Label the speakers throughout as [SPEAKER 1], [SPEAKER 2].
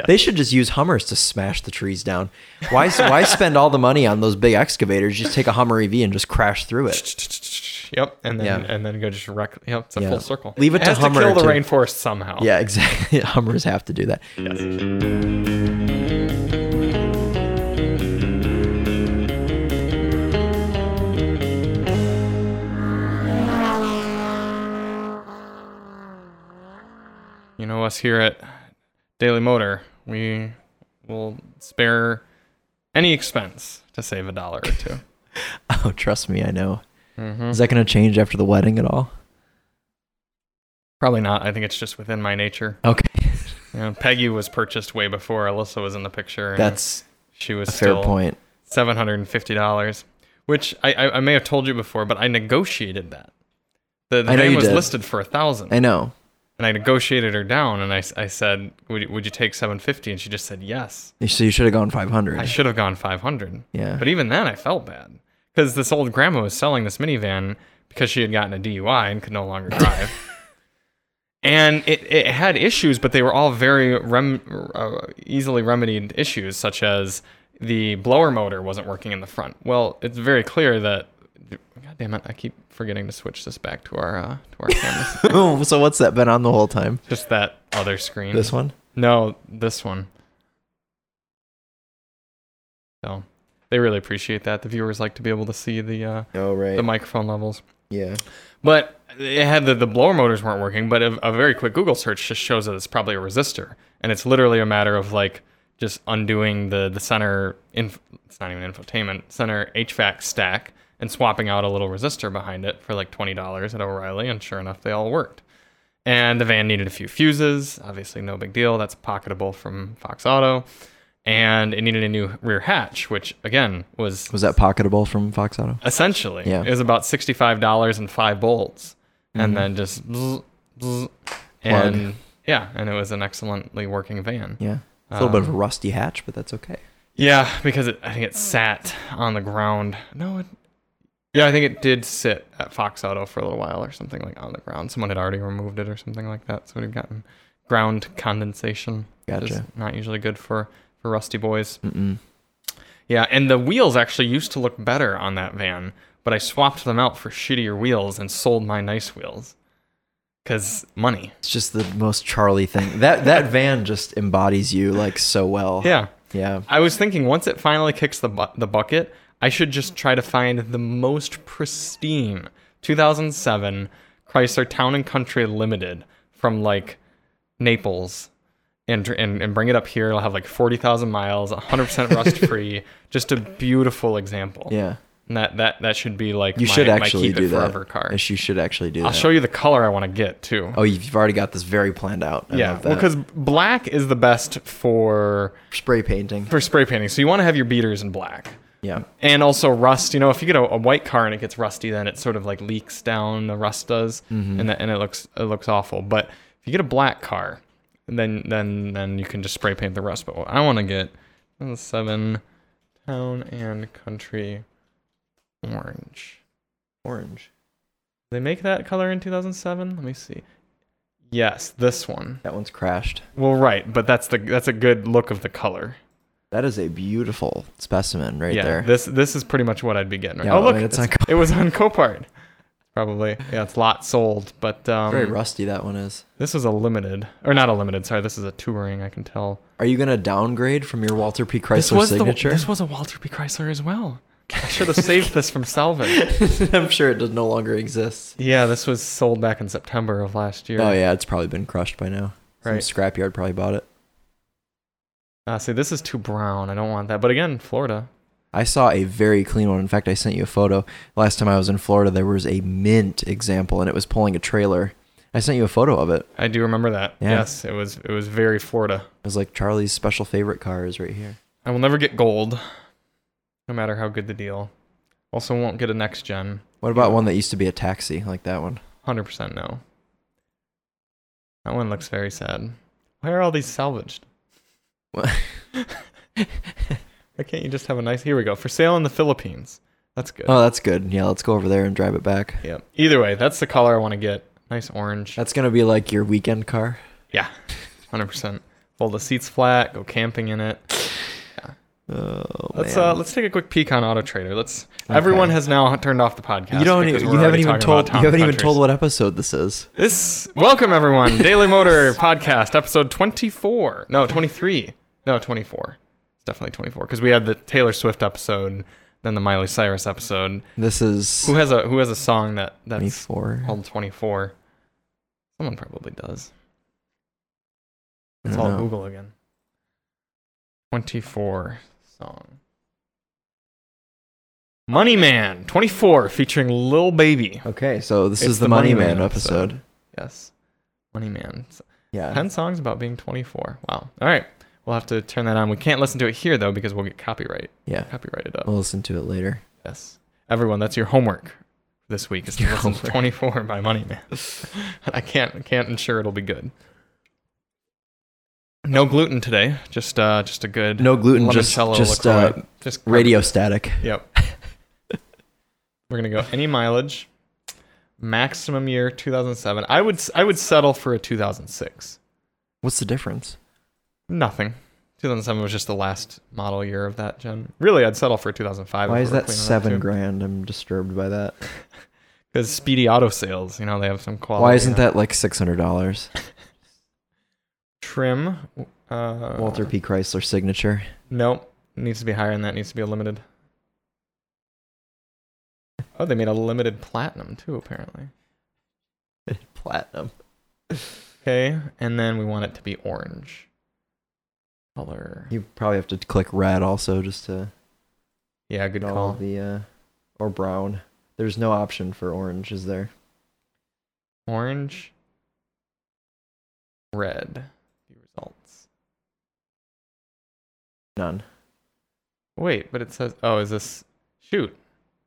[SPEAKER 1] Yeah.
[SPEAKER 2] They should just use Hummers to smash the trees down. Why why spend all the money on those big excavators? Just take a Hummer EV and just crash through it.
[SPEAKER 1] Yep, and then
[SPEAKER 2] Yeah.
[SPEAKER 1] and then go just wreck. Yep, it's a
[SPEAKER 2] Yeah.
[SPEAKER 1] full circle.
[SPEAKER 2] Leave it to
[SPEAKER 1] has
[SPEAKER 2] Hummer
[SPEAKER 1] kill the
[SPEAKER 2] to-
[SPEAKER 1] rainforest somehow.
[SPEAKER 2] Yeah, exactly. Hummers have to do that.
[SPEAKER 1] you know us here at Daily Motor, we will spare any expense to save a dollar or two.
[SPEAKER 2] Oh, trust me, I know. Is that going to change after the wedding at all?
[SPEAKER 1] Probably not. I think it's just within my nature.
[SPEAKER 2] Okay,
[SPEAKER 1] You know, Peggy was purchased way before Alyssa was in the picture. and
[SPEAKER 2] that's
[SPEAKER 1] she was
[SPEAKER 2] a fair
[SPEAKER 1] still
[SPEAKER 2] point.
[SPEAKER 1] seven hundred and fifty dollars, which I, I I may have told you before, but I negotiated that. The, the
[SPEAKER 2] I know
[SPEAKER 1] name
[SPEAKER 2] you
[SPEAKER 1] was
[SPEAKER 2] did.
[SPEAKER 1] listed for a thousand.
[SPEAKER 2] I know.
[SPEAKER 1] and I negotiated her down, and I, s- I said, would, you- would you take 750? And she just said yes.
[SPEAKER 2] So you should have gone five
[SPEAKER 1] I
[SPEAKER 2] hundred.
[SPEAKER 1] should have gone 500.
[SPEAKER 2] Yeah.
[SPEAKER 1] But even then, I felt bad because this old grandma was selling this minivan because she had gotten a DUI and could no longer drive. and it, it had issues, but they were all very rem, uh, easily remedied issues, such as the blower motor wasn't working in the front. Well, it's very clear that. God damn it! I keep forgetting to switch this back to our uh, to our cameras.
[SPEAKER 2] Oh, so what's that been on the whole time?
[SPEAKER 1] Just that other screen.
[SPEAKER 2] This one.
[SPEAKER 1] No, this one. So they really appreciate that. The viewers like to be able to see the uh,
[SPEAKER 2] Oh right.
[SPEAKER 1] the microphone levels.
[SPEAKER 2] yeah.
[SPEAKER 1] But it had the, the blower motors weren't working. But a, a very quick Google search just shows that it's probably a resistor, and it's literally a matter of like just undoing the the center. Inf- it's not even infotainment center HVAC stack and swapping out a little resistor behind it for like twenty dollars at O'Reilly, and sure enough, they all worked. And the van needed a few fuses. Obviously, no big deal. That's pocketable from Fox Auto. And it needed a new rear hatch, which again was
[SPEAKER 2] Was that pocketable from Fox Auto?
[SPEAKER 1] essentially.
[SPEAKER 2] Yeah. Mm-hmm.
[SPEAKER 1] It was about sixty-five dollars and five bolts, and then just bzz, bzz, and yeah, and it was an excellently working van.
[SPEAKER 2] Yeah. It's a
[SPEAKER 1] Uh,
[SPEAKER 2] little bit of a rusty hatch, but that's okay.
[SPEAKER 1] Yeah, because it, I think it sat on the ground. No, it. Yeah, I think it did sit at Fox Auto for a little while or something like on the ground. Someone had already removed it or something like that, so it had gotten ground condensation. which is
[SPEAKER 2] Gotcha.
[SPEAKER 1] Not usually good for for rusty boys.
[SPEAKER 2] Mm-mm.
[SPEAKER 1] Yeah, and the wheels actually used to look better on that van, but I swapped them out for shittier wheels and sold my nice wheels. Cause money.
[SPEAKER 2] It's just the most Charlie thing. That that van just embodies you like so well.
[SPEAKER 1] Yeah.
[SPEAKER 2] Yeah.
[SPEAKER 1] I was thinking once it finally kicks the bu- the bucket, I should just try to find the most pristine 2007 Chrysler Town and Country Limited from like Naples. And, and, and bring it up here. It'll have like 40,000 miles, 100% rust free. just a beautiful example.
[SPEAKER 2] Yeah.
[SPEAKER 1] And that, that, that should be like
[SPEAKER 2] You
[SPEAKER 1] my,
[SPEAKER 2] should
[SPEAKER 1] my
[SPEAKER 2] actually
[SPEAKER 1] keep
[SPEAKER 2] do
[SPEAKER 1] it forever
[SPEAKER 2] that.
[SPEAKER 1] car.
[SPEAKER 2] Yes, you should actually do
[SPEAKER 1] I'll
[SPEAKER 2] that.
[SPEAKER 1] show you the color I want to get too.
[SPEAKER 2] oh, you've already got this very planned out. I
[SPEAKER 1] yeah,
[SPEAKER 2] love that.
[SPEAKER 1] well, because black is the best for
[SPEAKER 2] spray painting.
[SPEAKER 1] for spray painting. So you want to have your beaters in black,
[SPEAKER 2] Yeah.
[SPEAKER 1] and also rust. You know, if you get a, a white car and it gets rusty, then it sort of like leaks down. The rust does,
[SPEAKER 2] Mm-hmm.
[SPEAKER 1] and that, and it looks it looks awful. But if you get a black car, then then then you can just spray paint the rust. But what I want to get is seven town and country orange.
[SPEAKER 2] Orange.
[SPEAKER 1] Did they make that color in 2007? Let me see. Yes, this one.
[SPEAKER 2] That one's crashed.
[SPEAKER 1] Well, right, but that's the that's a good look of the color.
[SPEAKER 2] That is a beautiful specimen right
[SPEAKER 1] yeah,
[SPEAKER 2] there.
[SPEAKER 1] this this is pretty much what I'd be getting. Right
[SPEAKER 2] Yeah,
[SPEAKER 1] oh,
[SPEAKER 2] well, I
[SPEAKER 1] look,
[SPEAKER 2] mean, it's
[SPEAKER 1] it's-
[SPEAKER 2] on
[SPEAKER 1] it was on Copart. Probably, yeah, it's lot sold, but um,
[SPEAKER 2] very rusty that one is.
[SPEAKER 1] this is a limited or not a limited. Sorry, this is a touring. I can tell.
[SPEAKER 2] Are you gonna downgrade from your Walter P.
[SPEAKER 1] This
[SPEAKER 2] Chrysler
[SPEAKER 1] was
[SPEAKER 2] signature?
[SPEAKER 1] The, this was a Walter P. Chrysler as well. I should have saved this from Salvin.
[SPEAKER 2] I'm sure it does no longer exists.
[SPEAKER 1] Yeah, this was sold back in September of last year.
[SPEAKER 2] Oh yeah, it's probably been crushed by now.
[SPEAKER 1] Right.
[SPEAKER 2] Some scrapyard probably bought it.
[SPEAKER 1] Uh, see, this is too brown. I don't want that. But again, Florida.
[SPEAKER 2] I saw a very clean one. In fact, I sent you a photo. Last time I was in Florida, there was a mint example and it was pulling a trailer. I sent you a photo of it. It
[SPEAKER 1] I do remember that.
[SPEAKER 2] Yeah.
[SPEAKER 1] Yes, it was it was very Florida.
[SPEAKER 2] was like Charlie's special favorite car is right here.
[SPEAKER 1] I will never get gold, no matter how good the deal. Also, won't get a next gen.
[SPEAKER 2] What about one that used to be a taxi, like that one?
[SPEAKER 1] Hundred percent no. That one looks very sad. Why are all these salvaged?
[SPEAKER 2] What?
[SPEAKER 1] Why can't you just have a nice? Here we go. For sale in the Philippines. That's good.
[SPEAKER 2] Oh, that's good. Yeah, let's go over there and drive it back.
[SPEAKER 1] yeah. Either way, that's the color I want to get. Nice orange.
[SPEAKER 2] That's gonna be like your weekend car.
[SPEAKER 1] Yeah, hundred percent. fold the seats flat, go camping in it.
[SPEAKER 2] Oh,
[SPEAKER 1] Let's
[SPEAKER 2] man.
[SPEAKER 1] uh, let's take a quick peek on Auto Trader. Let's. Everyone has now turned off the podcast.
[SPEAKER 2] you don't.
[SPEAKER 1] because
[SPEAKER 2] Even, you haven't
[SPEAKER 1] we're already
[SPEAKER 2] even
[SPEAKER 1] talking about
[SPEAKER 2] told. You
[SPEAKER 1] Tom
[SPEAKER 2] haven't even
[SPEAKER 1] Countries.
[SPEAKER 2] told what episode this is.
[SPEAKER 1] This welcome everyone. Daily Motor Podcast, episode twenty-four. No, twenty-three. No, twenty-four. It's definitely twenty-four because we had the Taylor Swift episode, then the Miley Cyrus episode.
[SPEAKER 2] This is
[SPEAKER 1] Who has a Who has a song that that's
[SPEAKER 2] twenty-four.
[SPEAKER 1] called twenty-four? Someone probably does.
[SPEAKER 2] I
[SPEAKER 1] It's
[SPEAKER 2] don't
[SPEAKER 1] all
[SPEAKER 2] know.
[SPEAKER 1] Google again. Twenty-four song. Money Man, twenty-four, featuring Lil Baby.
[SPEAKER 2] Okay, so this
[SPEAKER 1] It's
[SPEAKER 2] is the, Money, Man, episode.
[SPEAKER 1] Yes, Money Man.
[SPEAKER 2] Yeah.
[SPEAKER 1] 10 songs about being 24. Wow. All right. We'll have to turn that on. We can't listen to it here though because we'll get copyright
[SPEAKER 2] Yeah.
[SPEAKER 1] copyrighted up.
[SPEAKER 2] We'll listen to it later.
[SPEAKER 1] yes. Everyone, that's your homework this week is to
[SPEAKER 2] Your
[SPEAKER 1] listen to
[SPEAKER 2] homework.
[SPEAKER 1] 24 by Money Man. I can't I can't ensure it'll be good. No gluten today. Just uh just a good
[SPEAKER 2] No gluten, just
[SPEAKER 1] limoncello
[SPEAKER 2] just
[SPEAKER 1] LaCroix.
[SPEAKER 2] uh,
[SPEAKER 1] just
[SPEAKER 2] radio static.
[SPEAKER 1] Yep. We're gonna go any mileage, maximum year 2007. I would s- I would settle for a 2006.
[SPEAKER 2] What's the difference?
[SPEAKER 1] Nothing. 2007 was just the last model year of that gen. Really, I'd settle for 2005.
[SPEAKER 2] Why is that seven grand? I'm disturbed by that.
[SPEAKER 1] Because Speedy Auto Sales, you know, they have some quality.
[SPEAKER 2] Why isn't
[SPEAKER 1] uh,
[SPEAKER 2] that like six hundred dollars?
[SPEAKER 1] trim? Uh,
[SPEAKER 2] Walter P. Chrysler signature.
[SPEAKER 1] Nope. Needs to be higher than that. Needs to be a limited. Oh, they made a limited platinum too, apparently.
[SPEAKER 2] Platinum.
[SPEAKER 1] Okay, and then we want it to be orange color.
[SPEAKER 2] You probably have to click red also just to
[SPEAKER 1] Yeah, good
[SPEAKER 2] get all
[SPEAKER 1] call.
[SPEAKER 2] the uh, or brown. There's no option for orange, is there?
[SPEAKER 1] Orange, red. The results.
[SPEAKER 2] None.
[SPEAKER 1] Wait, but it says oh, is this shoot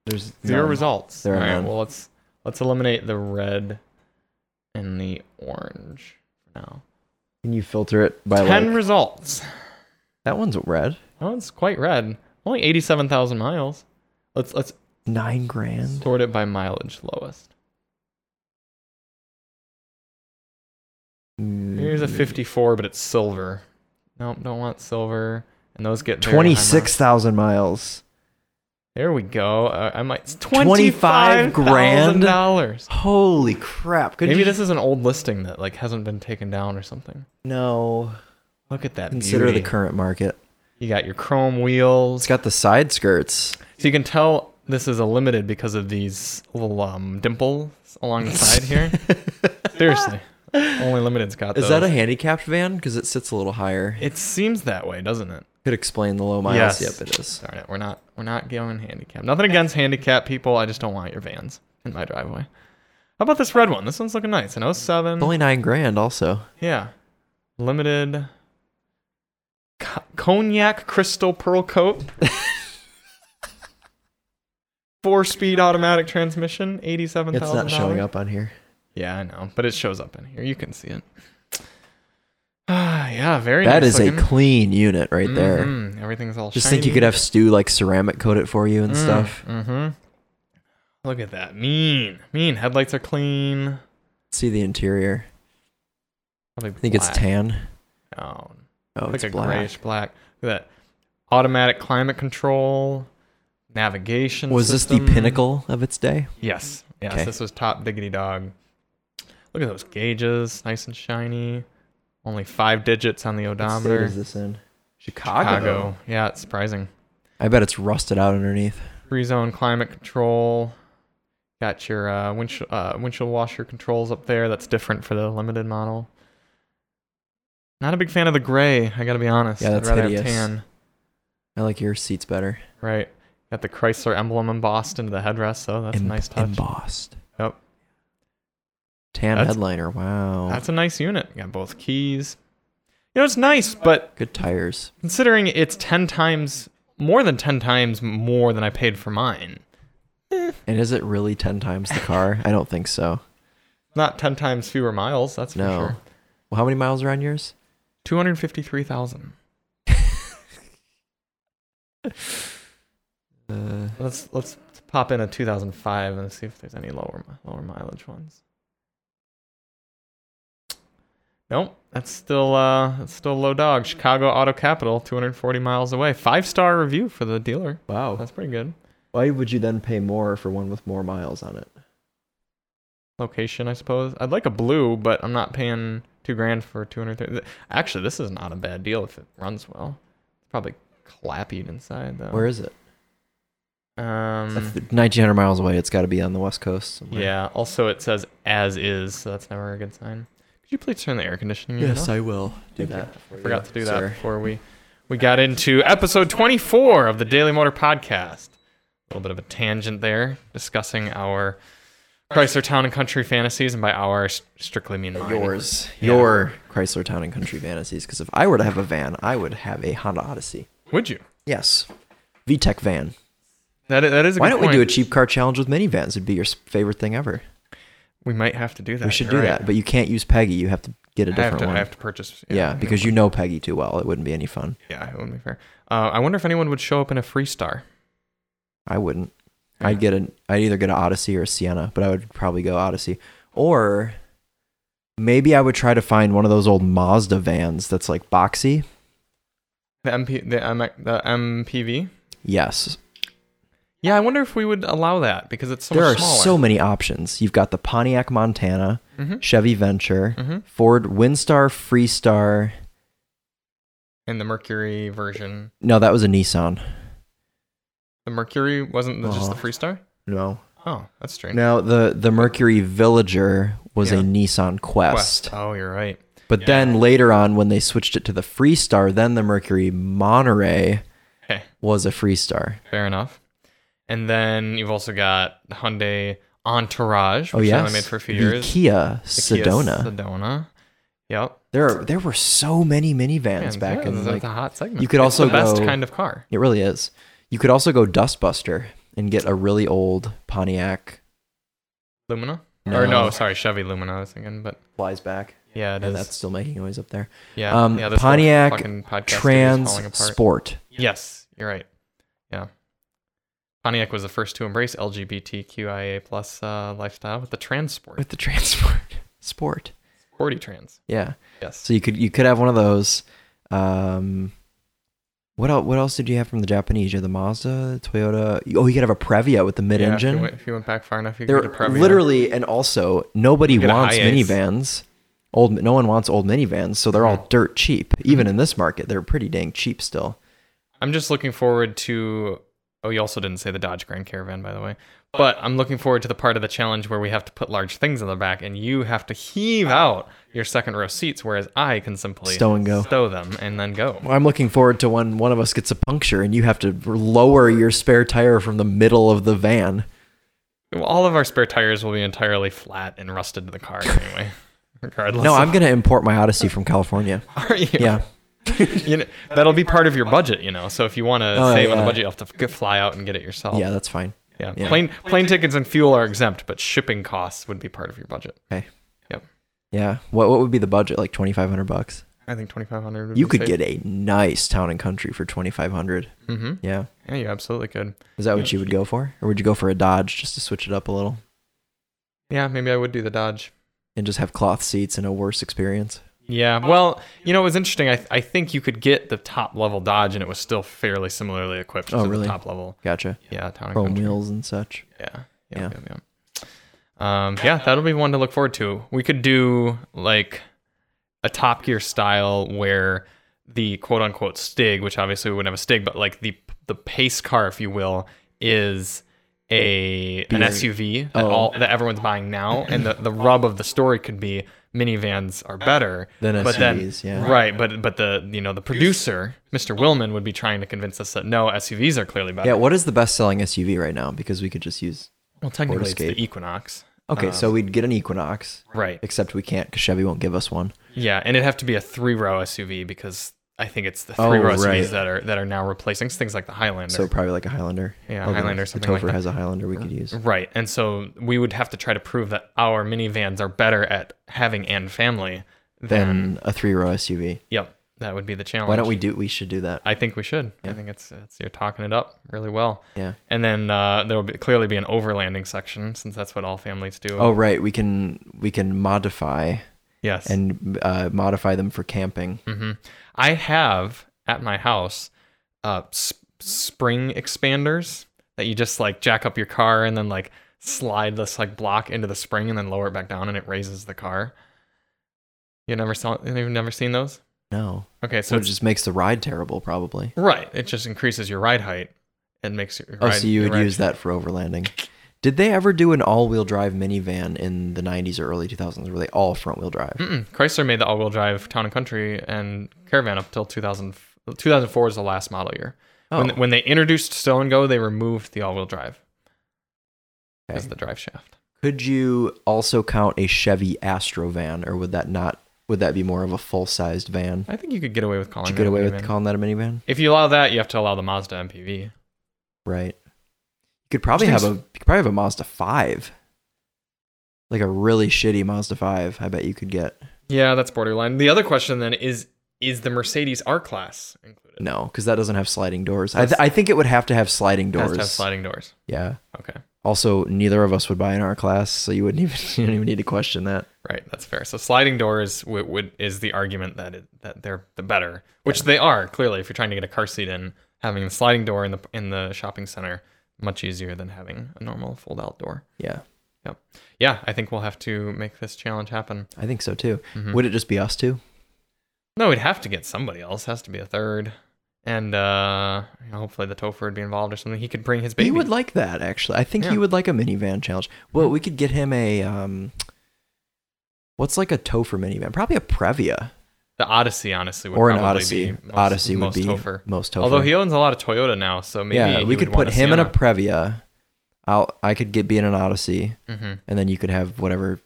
[SPEAKER 2] There's
[SPEAKER 1] zero
[SPEAKER 2] none.
[SPEAKER 1] results?
[SPEAKER 2] There are
[SPEAKER 1] All right,
[SPEAKER 2] none.
[SPEAKER 1] well let's let's eliminate the red and the orange for now.
[SPEAKER 2] Can you filter it by
[SPEAKER 1] Ten
[SPEAKER 2] like
[SPEAKER 1] results.
[SPEAKER 2] that one's red?
[SPEAKER 1] That one's quite red. Only eighty-seven thousand miles. Let's let's
[SPEAKER 2] Nine grand.
[SPEAKER 1] sort it by mileage lowest. Here's
[SPEAKER 2] Mm,
[SPEAKER 1] a fifty-four, but it's silver. Nope, don't want silver. And those get very high miles.
[SPEAKER 2] Twenty-six thousand miles.
[SPEAKER 1] There we go. Uh, I might
[SPEAKER 2] 25
[SPEAKER 1] twenty-five
[SPEAKER 2] grand?
[SPEAKER 1] dollars.
[SPEAKER 2] Holy crap! Could
[SPEAKER 1] Maybe
[SPEAKER 2] you
[SPEAKER 1] this is an old listing that like hasn't been taken down or something.
[SPEAKER 2] no
[SPEAKER 1] Look at that.
[SPEAKER 2] consider
[SPEAKER 1] beauty.
[SPEAKER 2] the current market?
[SPEAKER 1] You got your chrome wheels.
[SPEAKER 2] It's got the side skirts.
[SPEAKER 1] so you can tell this is a limited because of these little um, dimples along the side here. Seriously. Only limited's got
[SPEAKER 2] Is
[SPEAKER 1] those.
[SPEAKER 2] that a handicapped van? Because it sits a little higher.
[SPEAKER 1] It seems that way, doesn't it?
[SPEAKER 2] Could explain the low miles.
[SPEAKER 1] Yes.
[SPEAKER 2] Yep, it is.
[SPEAKER 1] Darn it. We're not we're not going handicap. Nothing against handicap people. I just don't want your vans in my driveway. How about this red one? This one's looking nice. An 07.
[SPEAKER 2] It's only nine grand. Also,
[SPEAKER 1] Yeah. Limited Co- cognac crystal pearl coat. Four speed automatic transmission, eighty-seven
[SPEAKER 2] it's
[SPEAKER 1] thousand.
[SPEAKER 2] not showing up on here.
[SPEAKER 1] Yeah, I know, but it shows up in here. You can see it. Ah, yeah, very.
[SPEAKER 2] That
[SPEAKER 1] nice
[SPEAKER 2] is a
[SPEAKER 1] looking.
[SPEAKER 2] clean unit right there.
[SPEAKER 1] Mhm, Everything's all.
[SPEAKER 2] Just think you could have Stu like ceramic coat it for you and stuff.
[SPEAKER 1] Mm-hmm. Look at that. Mean, mean. Headlights are clean.
[SPEAKER 2] See the interior.
[SPEAKER 1] Probably
[SPEAKER 2] I think it's tan.
[SPEAKER 1] down.
[SPEAKER 2] Oh,
[SPEAKER 1] like
[SPEAKER 2] it's
[SPEAKER 1] a
[SPEAKER 2] black.
[SPEAKER 1] grayish black. Look at that automatic climate control, navigation.
[SPEAKER 2] Was this the
[SPEAKER 1] system.
[SPEAKER 2] pinnacle of its day?
[SPEAKER 1] Yes. Yes.
[SPEAKER 2] Okay.
[SPEAKER 1] This was top diggity dog. Look at those gauges, nice and shiny. Only five digits on the
[SPEAKER 2] What state
[SPEAKER 1] odometer.
[SPEAKER 2] is this in?
[SPEAKER 1] Yeah, it's surprising.
[SPEAKER 2] I bet it's rusted out underneath.
[SPEAKER 1] Three zone climate control. Got your uh, windshield, uh, windshield washer controls up there. That's different for the limited model. Not a big fan of the gray. I gotta be honest.
[SPEAKER 2] Yeah, that's
[SPEAKER 1] I'd rather
[SPEAKER 2] hideous.
[SPEAKER 1] have tan.
[SPEAKER 2] I like your seats better.
[SPEAKER 1] Right. Got the Chrysler emblem embossed into the headrest, though. That's
[SPEAKER 2] Em-
[SPEAKER 1] a nice touch.
[SPEAKER 2] Embossed.
[SPEAKER 1] Yep.
[SPEAKER 2] Tan
[SPEAKER 1] That's-
[SPEAKER 2] headliner. Wow.
[SPEAKER 1] That's a nice unit. Got both keys. You know, it's nice, but
[SPEAKER 2] Good tires.
[SPEAKER 1] considering it's 10 times, more than 10 times more than I paid for mine.
[SPEAKER 2] And is it really 10 times the car? I don't think so.
[SPEAKER 1] Not 10 times fewer miles, that's for
[SPEAKER 2] No.
[SPEAKER 1] sure.
[SPEAKER 2] Well, how many miles are on yours?
[SPEAKER 1] 253,000.
[SPEAKER 2] Uh,
[SPEAKER 1] Let's let's pop in a 2005 and see if there's any lower mi- lower mileage ones. Nope, that's still uh, that's still low dog. Chicago Auto Capital, 240 miles away. Five star review for the dealer.
[SPEAKER 2] Wow.
[SPEAKER 1] That's pretty good.
[SPEAKER 2] Why would you then pay more for one with more miles on it?
[SPEAKER 1] Location, I suppose. I'd like a blue, but I'm not paying two grand for 230. Actually, this is not a bad deal if it runs well. It's probably clappied inside though.
[SPEAKER 2] Where is it?
[SPEAKER 1] um,
[SPEAKER 2] That's 1900 miles away. It's got to be on the west coast. Somewhere.
[SPEAKER 1] Mm. yeah. Also, it says as is, so that's never a good sign. Could you please turn the air conditioning? unit off?
[SPEAKER 2] I will do
[SPEAKER 1] Thank you.
[SPEAKER 2] that. for
[SPEAKER 1] forgot
[SPEAKER 2] you,
[SPEAKER 1] to do that
[SPEAKER 2] sir.
[SPEAKER 1] before we we got into episode 24 of the Daily Motor Podcast. A little bit of a tangent there, discussing our Chrysler Town and Country fantasies, and by our I s- strictly mean mine.
[SPEAKER 2] Yours,
[SPEAKER 1] Yeah.
[SPEAKER 2] your Chrysler Town and Country fantasies. Because if I were to have a van, I would have a Honda Odyssey.
[SPEAKER 1] Would you?
[SPEAKER 2] Yes, VTEC van.
[SPEAKER 1] That i- that is. A
[SPEAKER 2] Why
[SPEAKER 1] good
[SPEAKER 2] don't we do a
[SPEAKER 1] point.
[SPEAKER 2] cheap car challenge with minivans? It'd be your s- favorite thing ever.
[SPEAKER 1] We might have to do that.
[SPEAKER 2] We should do that, but you can't use Peggy. You have to get a
[SPEAKER 1] I have
[SPEAKER 2] different
[SPEAKER 1] to.
[SPEAKER 2] one.
[SPEAKER 1] I have to purchase.
[SPEAKER 2] yeah, because you know Peggy too well. It wouldn't be any fun.
[SPEAKER 1] Yeah, it wouldn't be fair. Uh, I wonder if anyone would show up in a Free Star.
[SPEAKER 2] I wouldn't.
[SPEAKER 1] Yeah.
[SPEAKER 2] I'd get an. I'd either get an Odyssey or a Sienna, but I would probably go Odyssey. Or maybe I would try to find one of those old Mazda vans that's like boxy.
[SPEAKER 1] The MP, the, M, the MPV.
[SPEAKER 2] Yes,
[SPEAKER 1] Yeah, I wonder if we would allow that because it's so
[SPEAKER 2] there are
[SPEAKER 1] much smaller.
[SPEAKER 2] so many options. You've got the Pontiac Montana,
[SPEAKER 1] Mhm.
[SPEAKER 2] Chevy Venture,
[SPEAKER 1] Mhm.
[SPEAKER 2] Ford Windstar, Freestar.
[SPEAKER 1] And the Mercury version.
[SPEAKER 2] No, that was a Nissan.
[SPEAKER 1] The Mercury wasn't the, just the
[SPEAKER 2] Oh.
[SPEAKER 1] Free Star.
[SPEAKER 2] No.
[SPEAKER 1] Oh, that's strange.
[SPEAKER 2] Now the the Mercury Villager was
[SPEAKER 1] Yeah.
[SPEAKER 2] a Nissan Quest.
[SPEAKER 1] Oh, you're right.
[SPEAKER 2] But then later on, when they switched it to the Freestar, then the Mercury Monterey
[SPEAKER 1] Okay.
[SPEAKER 2] was a Freestar.
[SPEAKER 1] Fair enough. And then you've also got Hyundai Entourage,
[SPEAKER 2] Oh
[SPEAKER 1] which
[SPEAKER 2] yes,
[SPEAKER 1] I made for a few
[SPEAKER 2] The
[SPEAKER 1] years.
[SPEAKER 2] Kia
[SPEAKER 1] The Kia
[SPEAKER 2] Sedona.
[SPEAKER 1] Sedona. Yep.
[SPEAKER 2] there are there were so many minivans
[SPEAKER 1] Man,
[SPEAKER 2] back
[SPEAKER 1] yeah,
[SPEAKER 2] in
[SPEAKER 1] this is
[SPEAKER 2] like
[SPEAKER 1] a hot segment.
[SPEAKER 2] you could
[SPEAKER 1] It's
[SPEAKER 2] also
[SPEAKER 1] the best
[SPEAKER 2] go-
[SPEAKER 1] kind of car.
[SPEAKER 2] it really is. You could also go Dustbuster and get a really old Pontiac
[SPEAKER 1] Lumina.
[SPEAKER 2] No.
[SPEAKER 1] Or no, sorry, Chevy Lumina. I was thinking, but
[SPEAKER 2] flies back,
[SPEAKER 1] yeah, it is.
[SPEAKER 2] and that's still making noise up there.
[SPEAKER 1] yeah,
[SPEAKER 2] um,
[SPEAKER 1] yeah, this whole
[SPEAKER 2] Pontiac
[SPEAKER 1] fucking podcast is
[SPEAKER 2] Trans
[SPEAKER 1] falling apart.
[SPEAKER 2] Sport.
[SPEAKER 1] Yes, you're right. Yeah. Pontiac was the first to embrace LGBTQIA plus uh, lifestyle with the transport,
[SPEAKER 2] with the transport sport.
[SPEAKER 1] sporty trans.
[SPEAKER 2] Yeah.
[SPEAKER 1] Yes.
[SPEAKER 2] So you could you could have one of those. Um, what else? What else did you have from the Japanese? You had the Mazda, Toyota. Oh, you could have a Previa with the
[SPEAKER 1] Yeah, if you
[SPEAKER 2] mid-engine.
[SPEAKER 1] went- if you went back far enough, you
[SPEAKER 2] They're
[SPEAKER 1] could probably
[SPEAKER 2] literally, and also nobody
[SPEAKER 1] You get a
[SPEAKER 2] wants
[SPEAKER 1] high ace.
[SPEAKER 2] minivans. Old, no one wants old minivans, so they're
[SPEAKER 1] Hmm.
[SPEAKER 2] all dirt cheap. Even in this market, they're pretty dang cheap still.
[SPEAKER 1] I'm just looking forward to. Oh, you also didn't say the Dodge Grand Caravan, by the way. But I'm looking forward to the part of the challenge where we have to put large things in the back, and you have to heave out your second row seats, whereas I can simply
[SPEAKER 2] Stow and go.
[SPEAKER 1] stow them and then go.
[SPEAKER 2] Well, I'm looking forward to when one of us gets a puncture and you have to lower your spare tire from the middle of the van.
[SPEAKER 1] All of our spare tires will be entirely flat and rusted to the car anyway, regardless.
[SPEAKER 2] No,
[SPEAKER 1] of-
[SPEAKER 2] I'm gonna import my Odyssey from California.
[SPEAKER 1] Are you?
[SPEAKER 2] Yeah.
[SPEAKER 1] You know, that'll be part of your budget, you know. So if you want to
[SPEAKER 2] Oh,
[SPEAKER 1] save on the
[SPEAKER 2] yeah.
[SPEAKER 1] budget, you'll have to f- fly out and get it yourself.
[SPEAKER 2] Yeah, that's fine.
[SPEAKER 1] Yeah.
[SPEAKER 2] Yeah.
[SPEAKER 1] Plane plane tickets and fuel are exempt, but shipping costs would be part of your budget.
[SPEAKER 2] Yeah. What what would be the budget? Like twenty five hundred bucks.
[SPEAKER 1] I think twenty five hundred.
[SPEAKER 2] You could get a nice town and country for twenty five hundred.
[SPEAKER 1] Mm-hmm.
[SPEAKER 2] Yeah.
[SPEAKER 1] Yeah, you absolutely could.
[SPEAKER 2] Is that what you would go for? Or would you go for a Dodge just to switch it up a little
[SPEAKER 1] Yeah, maybe I would do the Dodge.
[SPEAKER 2] and just have cloth seats and a worse experience?
[SPEAKER 1] Yeah. Well, you know, it was interesting. I I think you could get the top level Dodge, and it was still fairly similarly equipped
[SPEAKER 2] Oh,
[SPEAKER 1] to
[SPEAKER 2] really? Oh,
[SPEAKER 1] the top level.
[SPEAKER 2] Gotcha.
[SPEAKER 1] Yeah, town and
[SPEAKER 2] Chrome
[SPEAKER 1] country.
[SPEAKER 2] wheels and such.
[SPEAKER 1] Yeah. Yeah. Yeah. yeah. Um, yeah, that'll be one to look forward to. We could do like a Top Gear style where the quote unquote Stig, which obviously we wouldn't have a Stig, but like the the pace car, if you will, is a
[SPEAKER 2] Beer.
[SPEAKER 1] an SUV that
[SPEAKER 2] Oh.
[SPEAKER 1] all that everyone's buying now, and the the rub of the story could be minivans are better
[SPEAKER 2] Then
[SPEAKER 1] but then
[SPEAKER 2] SUVs, yeah.
[SPEAKER 1] right, but but the you know the producer, Mr. Willman, would be trying to convince us that no SUVs are clearly better.
[SPEAKER 2] Yeah, what is the best selling SUV right now? Because we could just use
[SPEAKER 1] Well, technically, it's
[SPEAKER 2] Escape.
[SPEAKER 1] the Equinox.
[SPEAKER 2] Okay,
[SPEAKER 1] Um,
[SPEAKER 2] so we'd get an Equinox,
[SPEAKER 1] Right.
[SPEAKER 2] except we can't because Chevy won't give us one.
[SPEAKER 1] Yeah, and it'd have to be a three row SUV because I think it's the
[SPEAKER 2] Oh,
[SPEAKER 1] three row
[SPEAKER 2] right.
[SPEAKER 1] SUVs that are that are now replacing things like the Highlander.
[SPEAKER 2] So probably like a Highlander.
[SPEAKER 1] Yeah,
[SPEAKER 2] Although
[SPEAKER 1] Highlander,
[SPEAKER 2] The
[SPEAKER 1] something like
[SPEAKER 2] Topher
[SPEAKER 1] that.
[SPEAKER 2] has a Highlander we could use.
[SPEAKER 1] right. And so we would have to try to prove that our minivans are better at having and family than
[SPEAKER 2] Then a three row SUV.
[SPEAKER 1] Yep. That would be the challenge.
[SPEAKER 2] Why don't we do we should do that?
[SPEAKER 1] I think we should. I think it's it's you're talking it up really well.
[SPEAKER 2] Yeah.
[SPEAKER 1] And then uh, there will be, clearly be an overlanding section since that's what all families do.
[SPEAKER 2] Oh right, we can we can modify
[SPEAKER 1] Yes.
[SPEAKER 2] and uh, modify them for camping.
[SPEAKER 1] hmm I have at my house uh, sp- spring expanders that you just like jack up your car and then like slide this like block into the spring and then lower it back down and it raises the car. You never saw? You've never seen those?
[SPEAKER 2] No,
[SPEAKER 1] Okay, so
[SPEAKER 2] so it
[SPEAKER 1] it's-
[SPEAKER 2] just makes the ride terrible, probably.
[SPEAKER 1] right, it just increases your ride height and makes your.
[SPEAKER 2] Oh,
[SPEAKER 1] ride,
[SPEAKER 2] so you
[SPEAKER 1] your
[SPEAKER 2] would
[SPEAKER 1] ride-
[SPEAKER 2] use that for overlanding. Did they ever do an all-wheel drive minivan in the '90s or early 2000s? Were they all front-wheel drive?
[SPEAKER 1] Mm-mm. Chrysler made the all-wheel drive Town and Country and Caravan up till 2000. 2004 is the last model year. When,
[SPEAKER 2] Oh.
[SPEAKER 1] when they introduced Stow and Go, they removed the all-wheel drive as
[SPEAKER 2] Okay.
[SPEAKER 1] the drive shaft.
[SPEAKER 2] Could you also count a Chevy Astro van, or would that not? Would that be more of a full-sized van?
[SPEAKER 1] I think you could get away with calling.
[SPEAKER 2] Did you get
[SPEAKER 1] that a
[SPEAKER 2] away with
[SPEAKER 1] minivan.
[SPEAKER 2] calling that a minivan?
[SPEAKER 1] If you allow that, you have to allow the Mazda MPV.
[SPEAKER 2] Right. You could probably have a you could probably have a Mazda five. Like a really shitty Mazda five, I bet you could get.
[SPEAKER 1] Yeah, that's borderline. The other question then is: Is the Mercedes R-Class included?
[SPEAKER 2] No, because that doesn't have sliding doors. I, th- I think it would have to have sliding
[SPEAKER 1] It
[SPEAKER 2] doors.
[SPEAKER 1] Has to have sliding doors.
[SPEAKER 2] Yeah.
[SPEAKER 1] Okay,
[SPEAKER 2] Also, neither of us would buy in our class, so you wouldn't even you don't even need to question that.
[SPEAKER 1] right, that's fair. So sliding doors would, would is the argument that it, that they're the better, which they are clearly. If you're trying to get a car seat in, having the sliding door in the in the shopping center much easier than having a normal fold out door.
[SPEAKER 2] Yeah,
[SPEAKER 1] Yep. Yeah, I think we'll have to make this challenge happen.
[SPEAKER 2] I think so too.
[SPEAKER 1] Mhm.
[SPEAKER 2] Would it just be us two?
[SPEAKER 1] No, we'd have to get somebody else. Has to be a third, and uh, you know, hopefully the Topher would be involved or something. He could bring his baby.
[SPEAKER 2] He would like that actually. I think
[SPEAKER 1] Yeah.
[SPEAKER 2] he would like a minivan challenge. Well, we could get him a um, what's like a Topher minivan? Probably a Previa
[SPEAKER 1] the Odyssey, honestly, would
[SPEAKER 2] or an
[SPEAKER 1] probably
[SPEAKER 2] Odyssey.
[SPEAKER 1] Be most,
[SPEAKER 2] Odyssey would
[SPEAKER 1] most
[SPEAKER 2] be
[SPEAKER 1] Topher.
[SPEAKER 2] most Topher.
[SPEAKER 1] Although he owns a lot of Toyota now, so maybe
[SPEAKER 2] yeah, we could put him in a Previa. I'll I could get be in an Odyssey,
[SPEAKER 1] hmm
[SPEAKER 2] and then you could have whatever.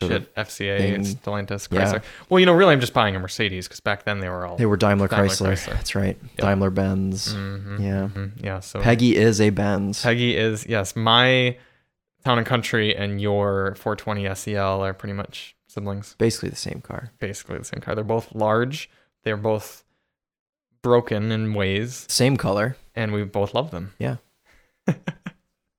[SPEAKER 2] Sort of,
[SPEAKER 1] shit FCA,
[SPEAKER 2] thing.
[SPEAKER 1] Stellantis,
[SPEAKER 2] Yeah.
[SPEAKER 1] Chrysler. Well, you know, really, I'm just buying a Mercedes because back then they were all.
[SPEAKER 2] they were Daimler,
[SPEAKER 1] Daimler
[SPEAKER 2] Chrysler.
[SPEAKER 1] Chrysler.
[SPEAKER 2] That's right. Daimler Benz.
[SPEAKER 1] Mhm,
[SPEAKER 2] Yeah.
[SPEAKER 1] mhm, yeah. So
[SPEAKER 2] Peggy is a Benz.
[SPEAKER 1] Peggy is yes, my town and country and your 420 SEL E are pretty much siblings.
[SPEAKER 2] Basically the same car.
[SPEAKER 1] basically the same car. They're both large. They're both broken in ways,
[SPEAKER 2] Same color.
[SPEAKER 1] and we both love them.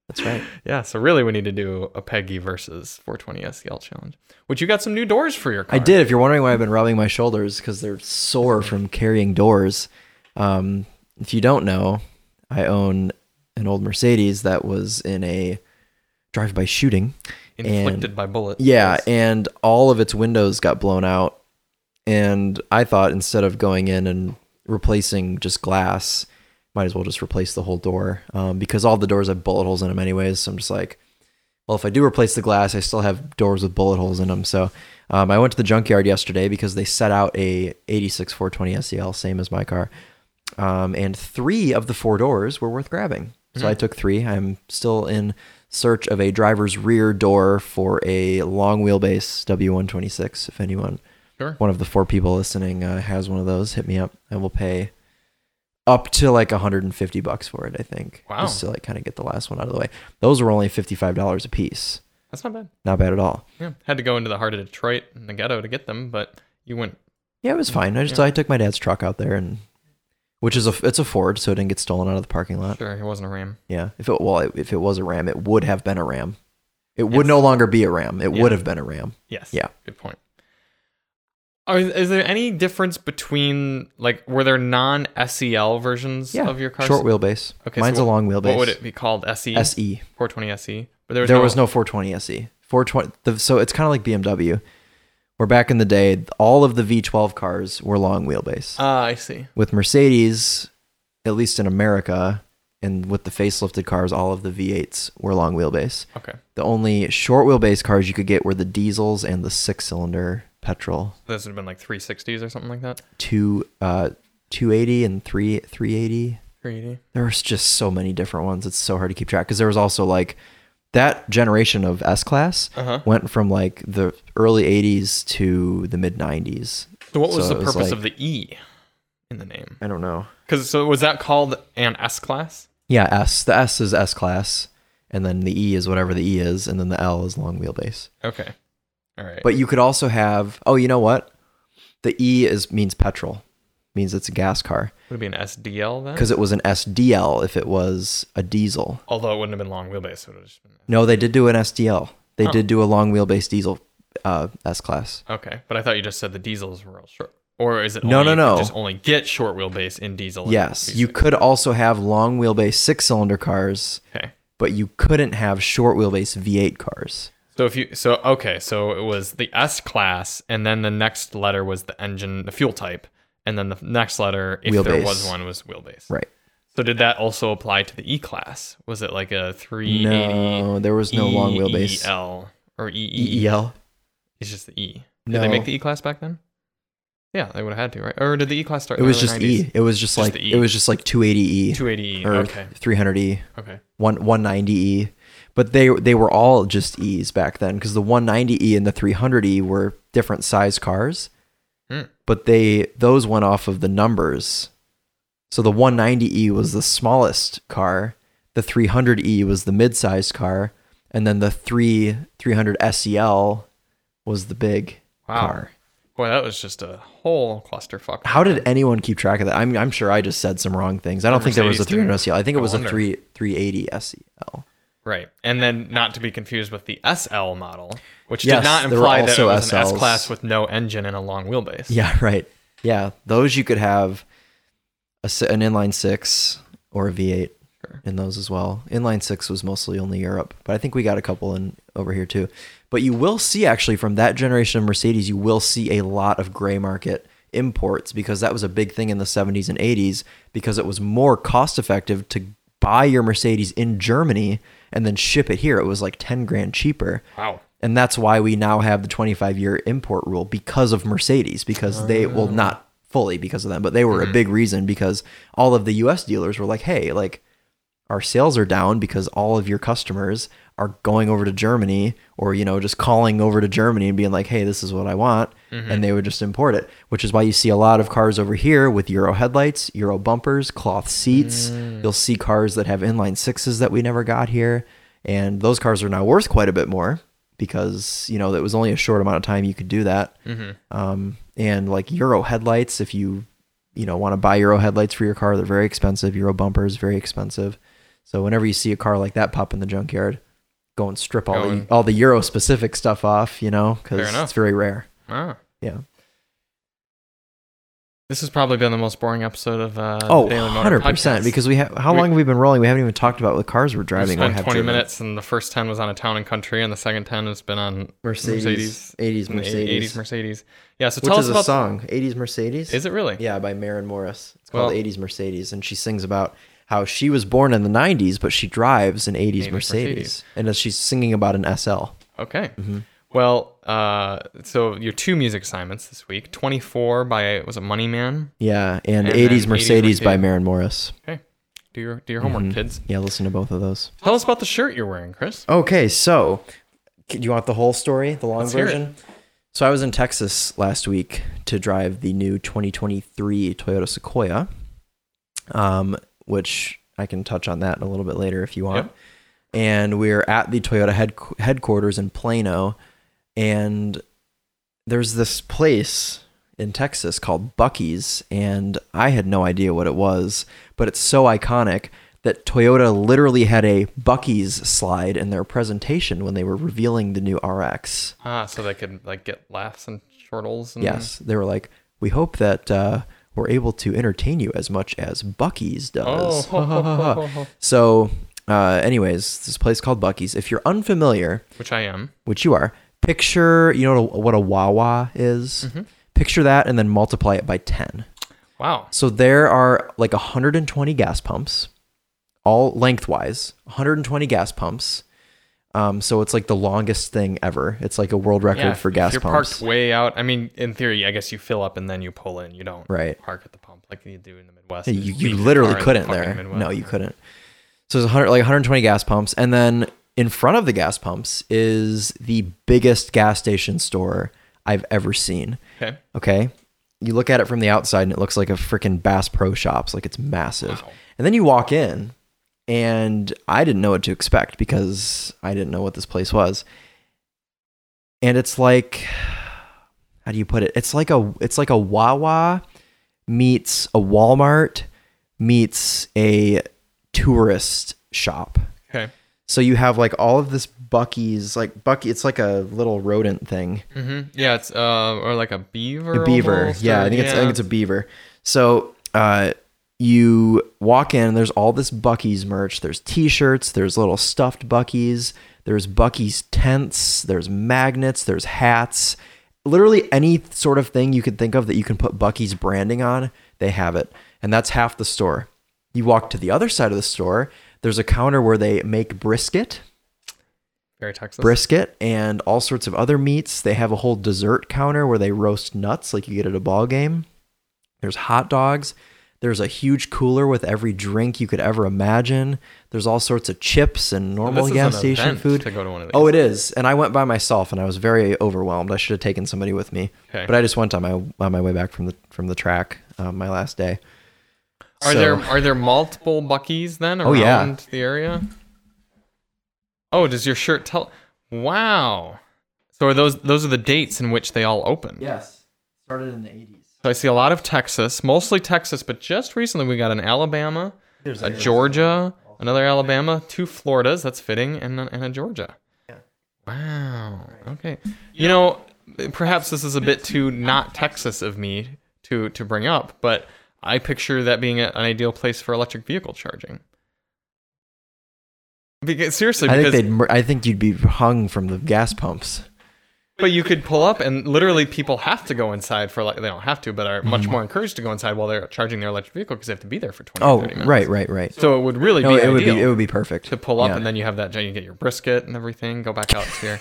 [SPEAKER 2] That's right.
[SPEAKER 1] Yeah, so really we need to do a Peggy versus 420 SEL challenge. Which you got some new doors for your car.
[SPEAKER 2] I did. If you're wondering why I've been rubbing my shoulders, because they're sore from carrying doors. Um, if you don't know, I own an old Mercedes that was in a drive-by shooting.
[SPEAKER 1] Inflicted by bullets.
[SPEAKER 2] Yeah,
[SPEAKER 1] Yes.
[SPEAKER 2] and all of its windows got blown out. And I thought instead of going in and replacing just glass, might as well just replace the whole door um, because all the doors have bullet holes in them anyways. So I'm just like, well, if I do replace the glass, I still have doors with bullet holes in them. So um, I went to the junkyard yesterday because they set out a 86 420 SEL, E same as my car. Um, and three of the four doors were worth grabbing. So I took three. I'm still in search of a driver's rear door for a long wheelbase W126. If anyone,
[SPEAKER 1] Sure.
[SPEAKER 2] one of the four people listening uh, has one of those, hit me up. I will pay up to like 150 bucks for it. I think
[SPEAKER 1] Wow.
[SPEAKER 2] just to like kind of get the last one out of the way. Those were only $55 a piece.
[SPEAKER 1] That's not bad.
[SPEAKER 2] Not bad at all.
[SPEAKER 1] Yeah. Had to go into the heart of Detroit and the ghetto to get them, but you went
[SPEAKER 2] Yeah, it was fine. I just I took my dad's truck out there and which is a it's a Ford, so it didn't get stolen out of the parking lot.
[SPEAKER 1] sure it wasn't a Ram.
[SPEAKER 2] Yeah. If it well, if it was a Ram, it would have been a Ram. It would
[SPEAKER 1] Yes.
[SPEAKER 2] no longer be a Ram. It
[SPEAKER 1] Yeah.
[SPEAKER 2] would have been a Ram.
[SPEAKER 1] Yes.
[SPEAKER 2] Yeah.
[SPEAKER 1] Good point. Are, is there any difference between like were there non SEL versions
[SPEAKER 2] Yeah.
[SPEAKER 1] of your car?
[SPEAKER 2] Short wheelbase.
[SPEAKER 1] Okay,
[SPEAKER 2] Mine's
[SPEAKER 1] so
[SPEAKER 2] a long wheelbase. E.
[SPEAKER 1] What would it be called? E? SE.
[SPEAKER 2] SE.
[SPEAKER 1] 420 SE, E? but
[SPEAKER 2] There, was no 420 SE. 420. E. The, so it's kind of like BMW. Where back in the day, all of the V12 cars were long wheelbase.
[SPEAKER 1] Ah, I see.
[SPEAKER 2] with Mercedes, at least in America, and with the facelifted cars, all of the V8s were long wheelbase.
[SPEAKER 1] Okay,
[SPEAKER 2] The only short wheelbase cars you could get were the diesels and the six cylinder petrol.
[SPEAKER 1] those would have been like 360s or something like that.
[SPEAKER 2] Two uh 280 and three 380.
[SPEAKER 1] 380.
[SPEAKER 2] There was just so many different ones. It's so hard to keep track because there was also like that generation of S class
[SPEAKER 1] Uh-huh.
[SPEAKER 2] went from like the early 80s to the mid 90s.
[SPEAKER 1] So what was
[SPEAKER 2] So
[SPEAKER 1] the
[SPEAKER 2] it was
[SPEAKER 1] purpose
[SPEAKER 2] like-
[SPEAKER 1] of the E in the name?
[SPEAKER 2] I don't know.
[SPEAKER 1] Because so was that called an S class?
[SPEAKER 2] Yeah, S. The S is S class, and then the E is whatever the E is, and then the L is long wheelbase.
[SPEAKER 1] Okay, all right.
[SPEAKER 2] But you could also have oh, you know what? The E is means petrol, means it's a gas car
[SPEAKER 1] would it be an SDL then?
[SPEAKER 2] because it was an SDL if it was a diesel.
[SPEAKER 1] although it wouldn't have been long wheelbase, it would have just been
[SPEAKER 2] No, they did do an SDL. They
[SPEAKER 1] Huh.
[SPEAKER 2] did do a long wheelbase diesel uh, S class.
[SPEAKER 1] Okay, but I thought you just said the diesels were all short. Or is it
[SPEAKER 2] No,
[SPEAKER 1] only-
[SPEAKER 2] no, no.
[SPEAKER 1] Just only get short wheelbase in diesel. and E
[SPEAKER 2] Yes,
[SPEAKER 1] V6?
[SPEAKER 2] you could also have long wheelbase six cylinder cars,
[SPEAKER 1] Okay.
[SPEAKER 2] but you couldn't have short wheelbase V8 cars.
[SPEAKER 1] So if you so okay, so it was the S class, and then the next letter was the engine, the fuel type, and then the next letter, if there
[SPEAKER 2] Wheelbase.
[SPEAKER 1] was one, was wheelbase.
[SPEAKER 2] Right.
[SPEAKER 1] So did that also apply to the E class? Was it like a three eighty E
[SPEAKER 2] No, there was no long wheelbase. E
[SPEAKER 1] EL or EE?
[SPEAKER 2] EEL.
[SPEAKER 1] It's just the E. Did
[SPEAKER 2] No,
[SPEAKER 1] they make the E class back then? Yeah, they would have had to, right? Or did the E class start?
[SPEAKER 2] it was just E. It was just,
[SPEAKER 1] Just
[SPEAKER 2] like
[SPEAKER 1] the E.
[SPEAKER 2] it was just like 280E
[SPEAKER 1] Two eighty E.
[SPEAKER 2] or
[SPEAKER 1] Okay.
[SPEAKER 2] 300E,
[SPEAKER 1] Okay.
[SPEAKER 2] one 190E. But they they were all just E's back then because the 190E and the 300E were different size cars.
[SPEAKER 1] Hmm.
[SPEAKER 2] But they those went off of the numbers. So the 190E was the smallest car, the 300E was the mid-sized car, and then the 3 300 SEL E was the big
[SPEAKER 1] Wow.
[SPEAKER 2] car.
[SPEAKER 1] Boy, that was just a whole clusterfuck.
[SPEAKER 2] How did anyone keep track of that? I'm, I'm sure I just said some wrong things. I don't think there was a
[SPEAKER 1] Mercedes did.
[SPEAKER 2] 300 SEL. E I think it
[SPEAKER 1] I
[SPEAKER 2] was a
[SPEAKER 1] wonder.
[SPEAKER 2] 3 380 SEL.
[SPEAKER 1] Right. And then not to be confused with the SL model, which
[SPEAKER 2] Yes,
[SPEAKER 1] did not
[SPEAKER 2] there were
[SPEAKER 1] imply that it
[SPEAKER 2] also
[SPEAKER 1] was an S
[SPEAKER 2] SLs.
[SPEAKER 1] class with no engine and a long wheelbase.
[SPEAKER 2] Yeah, right. Yeah, those you could have a, si- an inline six or a V8
[SPEAKER 1] Sure.
[SPEAKER 2] in those as well. Inline six was mostly only Europe, but I think we got a couple in over here too. But you will see actually from that generation of Mercedes, you will see a lot of gray market imports because that was a big thing in the 70s and 80s because it was more cost effective to buy your Mercedes in Germany and then ship it here. It was like 10 grand cheaper.
[SPEAKER 1] Wow.
[SPEAKER 2] And that's why we now have the 25 year import rule because of Mercedes, because they, well, not fully because of them, but they were a big reason because all of the US dealers were like, hey, like our sales are down because all of your customers are going over to Germany or, you know, just calling over to Germany and being like, hey, this is what I want. And they would just import it, which is why you see a lot of cars over here with Euro headlights, Euro bumpers, cloth seats. You'll see cars that have inline sixes that we never got here. And those cars are now worth quite a bit more because, you know, it was only a short amount of time you could do that. Um, and like Euro headlights, if you you know want to buy Euro headlights for your car, they're very expensive. Euro bumpers very expensive. So whenever you see a car like that pop in the junkyard, go and strip all
[SPEAKER 1] Go
[SPEAKER 2] the
[SPEAKER 1] and-
[SPEAKER 2] all the Euro specific stuff off. You know
[SPEAKER 1] Fair
[SPEAKER 2] because
[SPEAKER 1] enough.
[SPEAKER 2] it's very rare.
[SPEAKER 1] Ah.
[SPEAKER 2] Yeah.
[SPEAKER 1] This has probably been the most boring episode of uh,
[SPEAKER 2] Oh,
[SPEAKER 1] the Daily
[SPEAKER 2] 100
[SPEAKER 1] Motor
[SPEAKER 2] percent.
[SPEAKER 1] Podcast.
[SPEAKER 2] Because we have how
[SPEAKER 1] We-
[SPEAKER 2] long have we been rolling? We haven't even talked about what cars we're
[SPEAKER 1] we
[SPEAKER 2] driving. or
[SPEAKER 1] spent
[SPEAKER 2] have
[SPEAKER 1] 20
[SPEAKER 2] driven.
[SPEAKER 1] minutes, and the first 10 was on a town and country, and the second 10 has been on
[SPEAKER 2] Mercedes,
[SPEAKER 1] Mercedes.
[SPEAKER 2] 80s
[SPEAKER 1] in the
[SPEAKER 2] Mercedes,
[SPEAKER 1] 80s Mercedes. Yeah, so
[SPEAKER 2] which
[SPEAKER 1] tell
[SPEAKER 2] is
[SPEAKER 1] us
[SPEAKER 2] a
[SPEAKER 1] about.
[SPEAKER 2] song. 80s Mercedes.
[SPEAKER 1] Is it really?
[SPEAKER 2] Yeah, by Maren Morris. It's called
[SPEAKER 1] Well-
[SPEAKER 2] 80s Mercedes. And she sings about how she was born in the 90s, but she drives an 80s,
[SPEAKER 1] 80s
[SPEAKER 2] Mercedes.
[SPEAKER 1] Mercedes.
[SPEAKER 2] And as she's singing about an SL.
[SPEAKER 1] Okay.
[SPEAKER 2] Mm-hmm.
[SPEAKER 1] Well, uh, so your two music assignments this week 24 by, was it Money Man?
[SPEAKER 2] Yeah, and,
[SPEAKER 1] And then
[SPEAKER 2] 80s,
[SPEAKER 1] 80s
[SPEAKER 2] Mercedes by
[SPEAKER 1] Mercedes.
[SPEAKER 2] Maren Morris.
[SPEAKER 1] Okay. Do your, do your homework, kids.
[SPEAKER 2] Yeah, listen to both of those.
[SPEAKER 1] Tell us about the shirt you're wearing, Chris.
[SPEAKER 2] Okay, so do you want the whole story, the long
[SPEAKER 1] Let's hear it.
[SPEAKER 2] version? So I was in Texas last week to drive the new 2023 Toyota Sequoia, um, which I can touch on that a little bit later if you want.
[SPEAKER 1] Yep.
[SPEAKER 2] And we're at the Toyota head, headquarters in Plano, and there's this place in Texas called Bucky's, and I had no idea what it was, but it's so iconic that Toyota literally had a Bucky's slide in their presentation when they were revealing the new RX.
[SPEAKER 1] Ah, so they could like get laughs and chortles. And
[SPEAKER 2] Yes, they were like, "We hope that uh, we're able to entertain you as much as Bucky's does."
[SPEAKER 1] Oh,
[SPEAKER 2] So, uh, anyways, this place called Bucky's. If you're unfamiliar,
[SPEAKER 1] which I am.
[SPEAKER 2] which you are, picture you know what a Wawa is.
[SPEAKER 1] Mm-hmm.
[SPEAKER 2] Picture that and then multiply it by ten.
[SPEAKER 1] Wow.
[SPEAKER 2] So there are like 120 gas pumps, all lengthwise, 120 gas pumps. Um, so it's like the longest thing ever. It's like a world record for
[SPEAKER 1] if
[SPEAKER 2] gas
[SPEAKER 1] you're
[SPEAKER 2] pumps.
[SPEAKER 1] parked way out. I mean, in theory, I guess you fill up and then you pull in. You don't
[SPEAKER 2] Right.
[SPEAKER 1] park at the pump like you do in the Midwest.
[SPEAKER 2] You,
[SPEAKER 1] Just
[SPEAKER 2] you
[SPEAKER 1] leave your
[SPEAKER 2] literally
[SPEAKER 1] car in the
[SPEAKER 2] couldn't
[SPEAKER 1] fucking
[SPEAKER 2] there.
[SPEAKER 1] Midwest.
[SPEAKER 2] No, you couldn't. So there's 100, like 120 gas pumps, and then in front of the gas pumps is the biggest gas station store I've ever seen.
[SPEAKER 1] Okay.
[SPEAKER 2] Okay. You look at it from the outside and it looks like a freaking Bass Pro Shops. Like it's massive. And then you walk in and I didn't know what to expect because I didn't know what this place was. And it's like, how do you put it? It's like a, it's like a Wawa meets a Walmart meets a tourist shop.
[SPEAKER 1] Okay.
[SPEAKER 2] So you have like all of this Bucky's like Bucky. It's like a little rodent thing,
[SPEAKER 1] Mm-hmm. Yeah, it's uh, or like a beaver.
[SPEAKER 2] a beaver.
[SPEAKER 1] almost,
[SPEAKER 2] yeah,
[SPEAKER 1] or-
[SPEAKER 2] I think it's I think it's a beaver. So uh, you walk in, and there's all this Bucky's merch. There's T-shirts. There's little stuffed Bucky's. There's Bucky's tents. There's magnets. There's hats. Literally any sort of thing you could think of that you can put Bucky's branding on, they have it, and that's half the store. You walk to the other side of the store. There's a counter where they make brisket.
[SPEAKER 1] very Texas.
[SPEAKER 2] brisket and all sorts of other meats. They have a whole dessert counter where they roast nuts like you get at a ball game. There's hot dogs. There's a huge cooler with every drink you could ever imagine. There's all sorts of chips and
[SPEAKER 1] This
[SPEAKER 2] normal
[SPEAKER 1] is
[SPEAKER 2] gas
[SPEAKER 1] an
[SPEAKER 2] station
[SPEAKER 1] event
[SPEAKER 2] food.
[SPEAKER 1] to go to one of these.
[SPEAKER 2] Oh, it is. And I went by myself and I was very overwhelmed. I should have taken somebody with me.
[SPEAKER 1] Okay.
[SPEAKER 2] But I just went on my on my way back from the from the track um, my last day.
[SPEAKER 1] Are
[SPEAKER 2] So-
[SPEAKER 1] there are there multiple Buckies then around
[SPEAKER 2] Oh, yeah.
[SPEAKER 1] the area? Oh, does your shirt tell? Wow. So are those those are the dates in which they all open?
[SPEAKER 2] Yes. Started in the 80s.
[SPEAKER 1] So I see a lot of Texas, mostly Texas, but just recently we got an Alabama,
[SPEAKER 2] There's
[SPEAKER 1] a Georgia, another Alabama, two Floridas. That's fitting, and a- and a Georgia. Wow. Okay. You know, perhaps this is a bit too not Texas of me to to bring up, but I picture that being a, an ideal place for electric vehicle charging. Because seriously,
[SPEAKER 2] I think
[SPEAKER 1] because
[SPEAKER 2] they'd mur- I think you'd be hung from the gas pumps.
[SPEAKER 1] but you could pull up and literally people have to go inside for like they don't have to, but are
[SPEAKER 2] Mm-hmm.
[SPEAKER 1] much more encouraged to go inside while they're charging their electric vehicle because they have to be there for 20
[SPEAKER 2] Oh,
[SPEAKER 1] 30 minutes.
[SPEAKER 2] right, right, right.
[SPEAKER 1] So it would really
[SPEAKER 2] No,
[SPEAKER 1] be
[SPEAKER 2] it would be
[SPEAKER 1] ideal
[SPEAKER 2] it would be perfect
[SPEAKER 1] to pull up
[SPEAKER 2] Yeah.
[SPEAKER 1] and then you have that you get your brisket and everything, go back out to your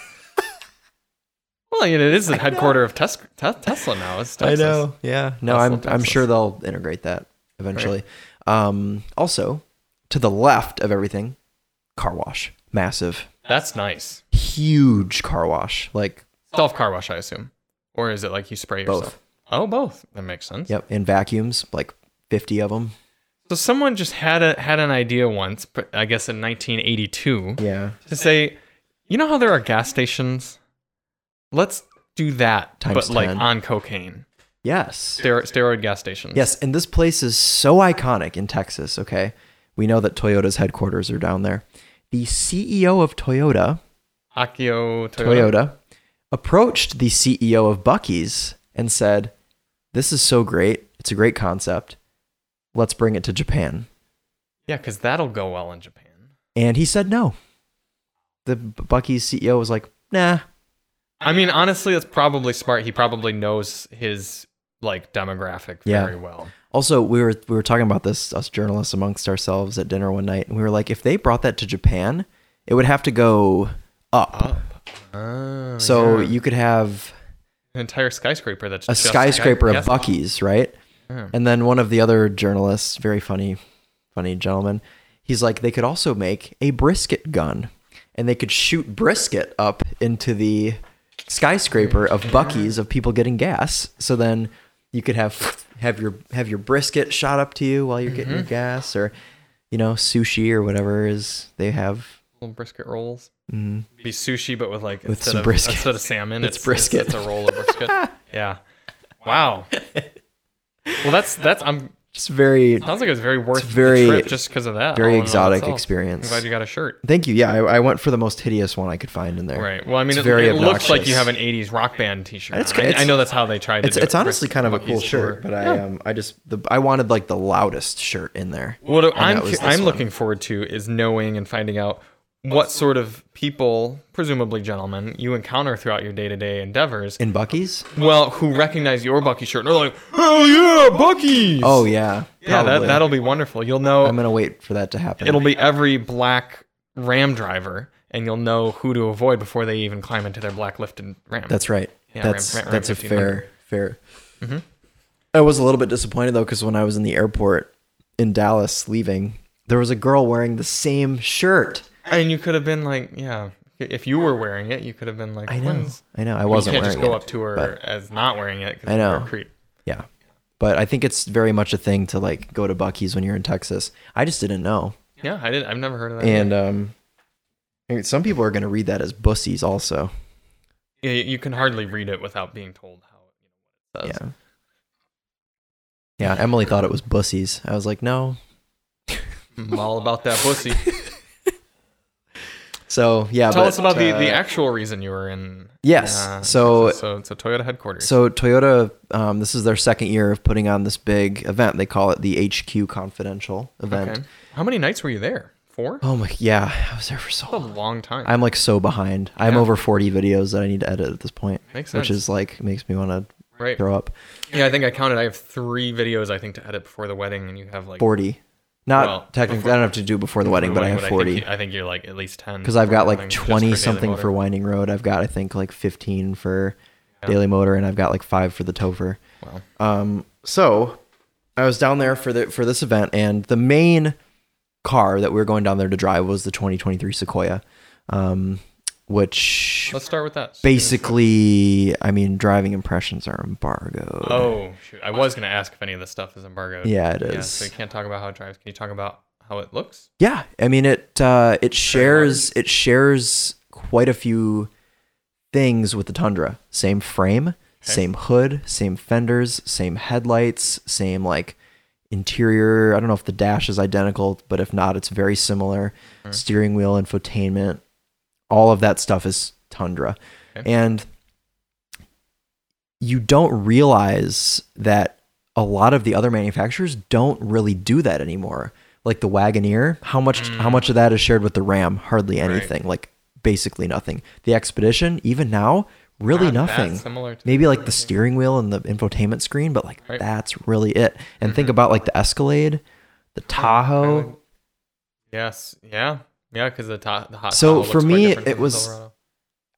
[SPEAKER 1] Well, you know, it is the headquarter of Tes- Te- Tesla now. It's Texas.
[SPEAKER 2] I know. Yeah. No,
[SPEAKER 1] Tesla,
[SPEAKER 2] I'm I'm
[SPEAKER 1] Tesla.
[SPEAKER 2] sure they'll integrate that eventually. Um, also, to the left of everything, car wash, massive,
[SPEAKER 1] That's nice.
[SPEAKER 2] huge car wash. Like
[SPEAKER 1] Self car wash, I assume. Or is it like you spray
[SPEAKER 2] Both.
[SPEAKER 1] yourself? Oh, both. That makes sense.
[SPEAKER 2] yep, in vacuums, like fifty of them.
[SPEAKER 1] So someone just had a had an idea once, but I guess in 1982,
[SPEAKER 2] Yeah.
[SPEAKER 1] to say, you know how there are gas stations? Let's do that,
[SPEAKER 2] Times
[SPEAKER 1] but like
[SPEAKER 2] 10.
[SPEAKER 1] on cocaine,
[SPEAKER 2] Yes.
[SPEAKER 1] Stero- steroid gas stations.
[SPEAKER 2] Yes, and this place is so iconic in Texas, okay? We know that Toyota's headquarters are down there. The CEO of Toyota,
[SPEAKER 1] Akio Toyota.
[SPEAKER 2] Toyota approached the CEO of Bucky's and said, "This is so great. It's a great concept. Let's bring it to Japan."
[SPEAKER 1] Yeah, because that'll go well in Japan.
[SPEAKER 2] And he said no. The B- Bucky's CEO was like, "Nah,
[SPEAKER 1] I mean, honestly, that's probably smart. He probably knows his like demographic
[SPEAKER 2] Yeah.
[SPEAKER 1] very well.
[SPEAKER 2] Also, we were we were talking about this us journalists amongst ourselves at dinner one night, and we were like, if they brought that to Japan, it would have to go up.
[SPEAKER 1] Oh,
[SPEAKER 2] so
[SPEAKER 1] yeah.
[SPEAKER 2] you could have
[SPEAKER 1] an entire skyscraper that's
[SPEAKER 2] a
[SPEAKER 1] just
[SPEAKER 2] skyscraper
[SPEAKER 1] sky-
[SPEAKER 2] of
[SPEAKER 1] yes.
[SPEAKER 2] Bucky's, right?
[SPEAKER 1] Yeah.
[SPEAKER 2] And then one of the other journalists, very funny, funny gentleman, he's like, they could also make a brisket gun, and they could shoot brisket up into the skyscraper of Bucky's of people getting gas. So then you could have have your have your brisket shot up to you while you're getting
[SPEAKER 1] Mm-hmm.
[SPEAKER 2] your gas, or you know, sushi or whatever is they have.
[SPEAKER 1] Little brisket rolls. Be sushi, but with like instead
[SPEAKER 2] Mm-hmm. some
[SPEAKER 1] of,
[SPEAKER 2] brisket.
[SPEAKER 1] Instead of salmon,
[SPEAKER 2] It's
[SPEAKER 1] it's,
[SPEAKER 2] brisket.
[SPEAKER 1] It's, it's a roll of brisket. yeah. Wow. Well, that's that's. I'm
[SPEAKER 2] Just very
[SPEAKER 1] sounds like it was very worth
[SPEAKER 2] very-
[SPEAKER 1] the trip just because of that.
[SPEAKER 2] very
[SPEAKER 1] all in and of
[SPEAKER 2] exotic
[SPEAKER 1] itself.
[SPEAKER 2] experience.
[SPEAKER 1] I'm glad you got a shirt.
[SPEAKER 2] Thank you. Yeah, I, I went for the most hideous one I could find in there.
[SPEAKER 1] Right. Well, I mean,
[SPEAKER 2] It's
[SPEAKER 1] it,
[SPEAKER 2] very
[SPEAKER 1] it looks like you
[SPEAKER 2] obnoxious.
[SPEAKER 1] have an '80s rock band T-shirt.
[SPEAKER 2] It's-
[SPEAKER 1] on. I-
[SPEAKER 2] it's-
[SPEAKER 1] I, know that's how they tried to.
[SPEAKER 2] It's,
[SPEAKER 1] do it.
[SPEAKER 2] it's honestly
[SPEAKER 1] Bris-
[SPEAKER 2] kind of a
[SPEAKER 1] Bucky's
[SPEAKER 2] cool shirt, but I um I just the I wanted like the loudest shirt in there.
[SPEAKER 1] What
[SPEAKER 2] that
[SPEAKER 1] I'm
[SPEAKER 2] was
[SPEAKER 1] cu-
[SPEAKER 2] this
[SPEAKER 1] I'm
[SPEAKER 2] one.
[SPEAKER 1] looking forward to is knowing and finding out what sort of people, presumably gentlemen, you encounter throughout your day-to-day endeavors.
[SPEAKER 2] In Bucky's?
[SPEAKER 1] Well, who recognize your Bucky shirt and are like, "Hell yeah, Bucky's!"
[SPEAKER 2] Oh yeah.
[SPEAKER 1] yeah, that,
[SPEAKER 2] probably.
[SPEAKER 1] that'll be wonderful. You'll know
[SPEAKER 2] I'm gonna wait for that to happen.
[SPEAKER 1] it'll be every black Ram driver, and you'll know who to avoid before they even climb into their black lifted Ram.
[SPEAKER 2] that's right.
[SPEAKER 1] Yeah,
[SPEAKER 2] that's
[SPEAKER 1] Ram- Ram- Ram
[SPEAKER 2] that's a
[SPEAKER 1] 1500.
[SPEAKER 2] fair fair.
[SPEAKER 1] Mm-hmm.
[SPEAKER 2] I was a little bit disappointed though because when I was in the airport in Dallas leaving, there was a girl wearing the same shirt.
[SPEAKER 1] and you could have been like, yeah, if you were wearing it, you could have been like,
[SPEAKER 2] I know.
[SPEAKER 1] "When's-"
[SPEAKER 2] I know. I
[SPEAKER 1] You
[SPEAKER 2] wasn't
[SPEAKER 1] can't
[SPEAKER 2] wearing
[SPEAKER 1] just go
[SPEAKER 2] it.
[SPEAKER 1] up to her
[SPEAKER 2] but-
[SPEAKER 1] as not wearing it. 'cause
[SPEAKER 2] I
[SPEAKER 1] you're a
[SPEAKER 2] know.
[SPEAKER 1] creep.
[SPEAKER 2] Yeah. But I think it's very much a thing to like go to Bucky's when you're in Texas. I just didn't know.
[SPEAKER 1] Yeah, I didn't. I've never heard of that.
[SPEAKER 2] And um I mean, some people are gonna read that as bussies also.
[SPEAKER 1] yeah, you can hardly read it without being told how you know, what it says.
[SPEAKER 2] Yeah. Yeah, Emily thought it was bussies. I was like, no.
[SPEAKER 1] I'm all about that pussy.
[SPEAKER 2] So yeah,
[SPEAKER 1] Tell
[SPEAKER 2] but,
[SPEAKER 1] us about the,
[SPEAKER 2] uh,
[SPEAKER 1] the actual reason you were in.
[SPEAKER 2] Yes,
[SPEAKER 1] uh,
[SPEAKER 2] so-
[SPEAKER 1] so so Toyota headquarters.
[SPEAKER 2] So Toyota, um, this is their second year of putting on this big event. They call it the HQ Confidential event.
[SPEAKER 1] okay. How many nights were you there? Four.
[SPEAKER 2] Oh my, yeah, I was there for so
[SPEAKER 1] a
[SPEAKER 2] long.
[SPEAKER 1] long time.
[SPEAKER 2] I'm like so behind. I'm
[SPEAKER 1] Yeah.
[SPEAKER 2] over 40 videos that I need to edit at this point,
[SPEAKER 1] Makes
[SPEAKER 2] which
[SPEAKER 1] sense.
[SPEAKER 2] is like makes me want to
[SPEAKER 1] right.
[SPEAKER 2] throw up.
[SPEAKER 1] Yeah, I think I counted. I have three videos I think to edit before the wedding, and you have like
[SPEAKER 2] 40, not
[SPEAKER 1] Well,
[SPEAKER 2] technically.
[SPEAKER 1] before-
[SPEAKER 2] I don't have to do before the wedding, but I have
[SPEAKER 1] think
[SPEAKER 2] 40
[SPEAKER 1] you- I think you're like at least ten.
[SPEAKER 2] because I've
[SPEAKER 1] before
[SPEAKER 2] got
[SPEAKER 1] the
[SPEAKER 2] like
[SPEAKER 1] wedding, just
[SPEAKER 2] 20
[SPEAKER 1] for Daily
[SPEAKER 2] something
[SPEAKER 1] Motor.
[SPEAKER 2] for Winding Road. I've got I think like 15 for Daily Motor, and I've got like five for the Topher.
[SPEAKER 1] Wow.
[SPEAKER 2] Um, so I was down there for the for this event, and the main car that we were going down there to drive was the 2023 Sequoia, um, which
[SPEAKER 1] Let's start with that.
[SPEAKER 2] basically, I mean, driving impressions are embargoed.
[SPEAKER 1] Oh shoot! I was gonna ask if any of this stuff is embargoed.
[SPEAKER 2] Yeah, it
[SPEAKER 1] Yeah,
[SPEAKER 2] is.
[SPEAKER 1] so you can't talk about how it drives. Can you talk about how it looks?
[SPEAKER 2] Yeah, I mean it. Uh, it shares it shares quite a few things with the Tundra. Same frame, same hood, same fenders, same headlights, same like interior. I don't know if the dash is identical, but if not, it's very similar. Steering wheel, infotainment, all of that stuff is Tundra,
[SPEAKER 1] Okay.
[SPEAKER 2] and you don't realize that a lot of the other manufacturers don't really do that anymore. Like the Wagoneer, how much
[SPEAKER 1] Mm.
[SPEAKER 2] how much of that is shared with the Ram? Hardly anything. Like basically nothing. The Expedition, even now, really
[SPEAKER 1] Not that
[SPEAKER 2] nothing.
[SPEAKER 1] similar to
[SPEAKER 2] Maybe like the steering wheel and the infotainment screen, but like
[SPEAKER 1] Right. Mm-hmm.
[SPEAKER 2] that's really it. And think about like the Escalade, the Tahoe.
[SPEAKER 1] Highland. Yes. Yeah. Yeah. Because the, to- the hot.
[SPEAKER 2] So
[SPEAKER 1] towel
[SPEAKER 2] for
[SPEAKER 1] looks way
[SPEAKER 2] me,
[SPEAKER 1] different
[SPEAKER 2] it
[SPEAKER 1] than the
[SPEAKER 2] was-
[SPEAKER 1] Silverado.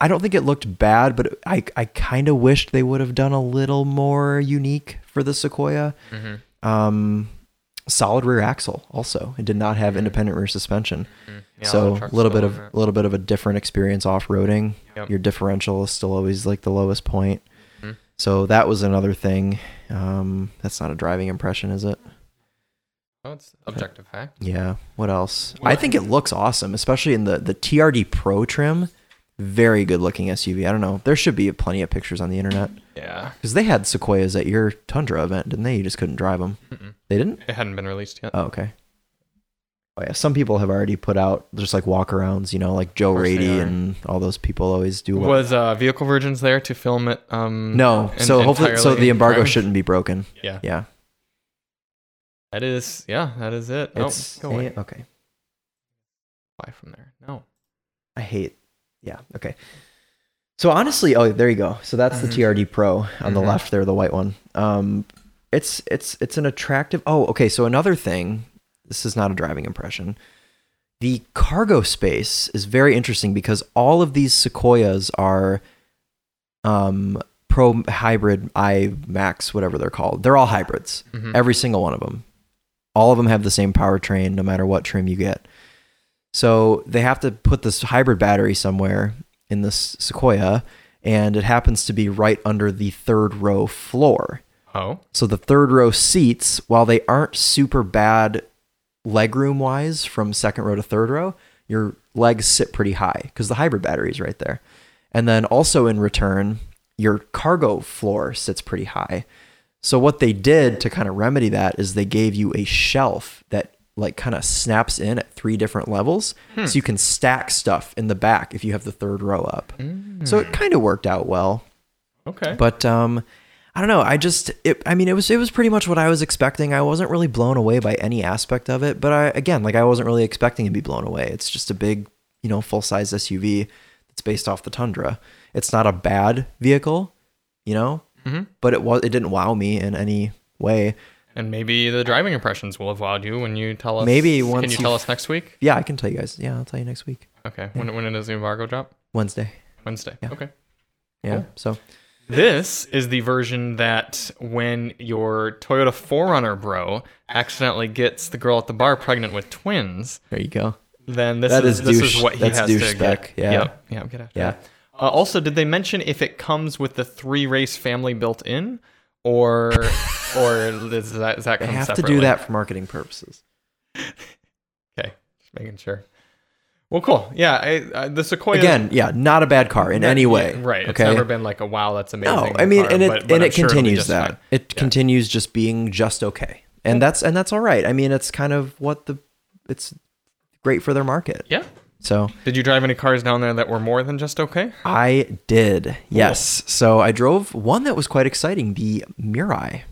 [SPEAKER 2] I don't think it looked bad, but I I kind of wished they would have done a little more unique for the Sequoia.
[SPEAKER 1] Mhm.
[SPEAKER 2] Um, solid rear axle also. It did not have independent rear suspension.
[SPEAKER 1] Yeah, all
[SPEAKER 2] so
[SPEAKER 1] the
[SPEAKER 2] a
[SPEAKER 1] trucks
[SPEAKER 2] little bit
[SPEAKER 1] still
[SPEAKER 2] of
[SPEAKER 1] own
[SPEAKER 2] a little bit of a different experience off roading.
[SPEAKER 1] Yep.
[SPEAKER 2] Your differential is still always like the lowest point.
[SPEAKER 1] Mhm.
[SPEAKER 2] So that was another thing. Um, that's not a driving impression, is it?
[SPEAKER 1] that. Oh, it's objective fact.
[SPEAKER 2] Yeah. What else? I think it looks awesome, especially in the the TRD Pro trim. Very good looking SUV. I don't know. There should be plenty of pictures on the internet
[SPEAKER 1] Yeah.
[SPEAKER 2] because they had Sequoias at your Tundra event, didn't they? You just couldn't drive them.
[SPEAKER 1] Mm-mm.
[SPEAKER 2] They didn't.
[SPEAKER 1] It hadn't been released yet.
[SPEAKER 2] Oh, okay. Oh, yeah. Some people have already put out just like walkarounds, you know, like Joe
[SPEAKER 1] course they
[SPEAKER 2] Rady
[SPEAKER 1] are.
[SPEAKER 2] and all those people always do. Well.
[SPEAKER 1] was uh, vehicle virgins there to film it? Um,
[SPEAKER 2] No,
[SPEAKER 1] en-
[SPEAKER 2] so hopefully, so
[SPEAKER 1] entirely
[SPEAKER 2] the
[SPEAKER 1] in
[SPEAKER 2] embargo
[SPEAKER 1] private?
[SPEAKER 2] shouldn't be broken.
[SPEAKER 1] Yeah.
[SPEAKER 2] Yeah,
[SPEAKER 1] That is. Yeah. That is it. Oh,
[SPEAKER 2] it's
[SPEAKER 1] go away.
[SPEAKER 2] eh, okay.
[SPEAKER 1] Buy from there. No.
[SPEAKER 2] I hate. Yeah, okay. So honestly, oh, there you go. So that's
[SPEAKER 1] Mhm.
[SPEAKER 2] the TRD Pro on the
[SPEAKER 1] Mhm.
[SPEAKER 2] left there, the white one. Um, it's it's it's an attractive. Oh, okay. So another thing. This is not a driving impression. The cargo space is very interesting because all of these sequoias are um, pro hybrid i max whatever they're called they're all hybrids
[SPEAKER 1] Mhm.
[SPEAKER 2] every single one of them all of them have the same powertrain no matter what trim you get so they have to put this hybrid battery somewhere in this sequoia and it happens to be right under the third row floor
[SPEAKER 1] Oh.
[SPEAKER 2] so the third row seats, while they aren't super bad legroom wise from second row to third row, your legs sit pretty high because the hybrid battery's right there. And then also in return, your cargo floor sits pretty high. So what they did to kind of remedy that is they gave you a shelf that like kind of snaps in at three different levels so you can stack stuff in the back if you have the third row up. So it kind of worked out well
[SPEAKER 1] Okay.
[SPEAKER 2] but um i don't know i just it, i mean it was it was pretty much what i was expecting i wasn't really blown away by any aspect of it but i again like i wasn't really expecting to be blown away it's just a big you know full size suv that's based off the tundra it's not a bad vehicle you know
[SPEAKER 1] Mhm.
[SPEAKER 2] but it was it didn't wow me in any way
[SPEAKER 1] and maybe the driving impressions will have wowed you when you tell us.
[SPEAKER 2] Maybe
[SPEAKER 1] Can
[SPEAKER 2] once
[SPEAKER 1] you
[SPEAKER 2] you-
[SPEAKER 1] tell us next week?
[SPEAKER 2] yeah i can tell you guys yeah i'll tell you next week
[SPEAKER 1] Okay. When when does the embargo drop?
[SPEAKER 2] wednesday
[SPEAKER 1] Wednesday. Okay.
[SPEAKER 2] yeah
[SPEAKER 1] Cool.
[SPEAKER 2] so
[SPEAKER 1] This is the version that when your Toyota 4Runner bro accidentally gets the girl at the bar pregnant with twins,
[SPEAKER 2] there you go
[SPEAKER 1] then this
[SPEAKER 2] That
[SPEAKER 1] is
[SPEAKER 2] is
[SPEAKER 1] this
[SPEAKER 2] douche-
[SPEAKER 1] is what he
[SPEAKER 2] that's
[SPEAKER 1] has
[SPEAKER 2] douche
[SPEAKER 1] to
[SPEAKER 2] spec,
[SPEAKER 1] get.
[SPEAKER 2] yeah.
[SPEAKER 1] Yep. Yeah. Get after
[SPEAKER 2] Yeah.
[SPEAKER 1] That. Uh, also, did they mention if it comes with the three race family built in, or or does that, does that
[SPEAKER 2] they
[SPEAKER 1] come
[SPEAKER 2] have to
[SPEAKER 1] separately?
[SPEAKER 2] do that for marketing purposes
[SPEAKER 1] Okay, just making sure. Well, cool. Oh, Yeah, I, I, the Sequoia
[SPEAKER 2] again yeah not a bad car in any way
[SPEAKER 1] Right. It's
[SPEAKER 2] okay
[SPEAKER 1] never been like a wow, that's amazing.
[SPEAKER 2] No, Oh, I mean,
[SPEAKER 1] car,
[SPEAKER 2] and it
[SPEAKER 1] but- but
[SPEAKER 2] and
[SPEAKER 1] I'm
[SPEAKER 2] it
[SPEAKER 1] sure it'll be
[SPEAKER 2] continues
[SPEAKER 1] just
[SPEAKER 2] that
[SPEAKER 1] fine.
[SPEAKER 2] it continues just being just okay, and that's and that's all right. I mean, it's kind of what the it's great for their market.
[SPEAKER 1] Yeah.
[SPEAKER 2] So
[SPEAKER 1] Did you drive any cars down there that were more than just okay?
[SPEAKER 2] I did. Yes. So I drove one that was quite exciting, the Mirai.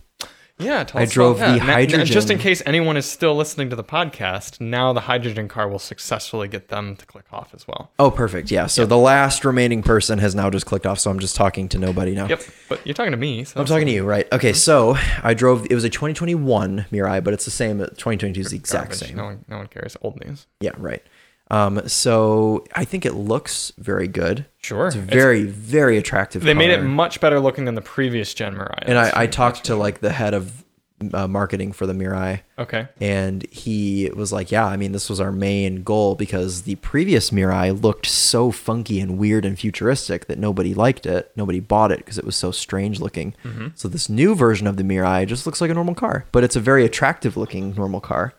[SPEAKER 1] Yeah, tell
[SPEAKER 2] I
[SPEAKER 1] us about
[SPEAKER 2] drove the
[SPEAKER 1] that. N- n- just
[SPEAKER 2] hydrogen-
[SPEAKER 1] in case anyone is still listening to the podcast, now the hydrogen car will successfully get them to click off as well.
[SPEAKER 2] Oh, perfect. Yeah. So the last remaining person has now just clicked off, so I'm just talking to nobody now.
[SPEAKER 1] Yep, Mm-hmm. but you're talking to me. So
[SPEAKER 2] I'm talking to you, right? Okay, so I drove. It was a 2021 Mirai, but it's the same. 2022 is the exact
[SPEAKER 1] garbage.
[SPEAKER 2] same.
[SPEAKER 1] No one, no one cares. Old news.
[SPEAKER 2] Yeah, right. Um, so I think it looks very good.
[SPEAKER 1] Sure.
[SPEAKER 2] It's very, very attractive.
[SPEAKER 1] they made it
[SPEAKER 2] car.
[SPEAKER 1] much better looking than the previous Gen Mirai.
[SPEAKER 2] and I, I talked to like the head of uh, marketing for the Mirai,
[SPEAKER 1] okay.
[SPEAKER 2] and he was like, "Yeah, I mean, this was our main goal because the previous Mirai looked so funky and weird and futuristic that nobody liked it, nobody bought it because it was so strange looking.
[SPEAKER 1] Mm-hmm.
[SPEAKER 2] So this new version of the Mirai just looks like a normal car, but it's a very attractive looking normal car.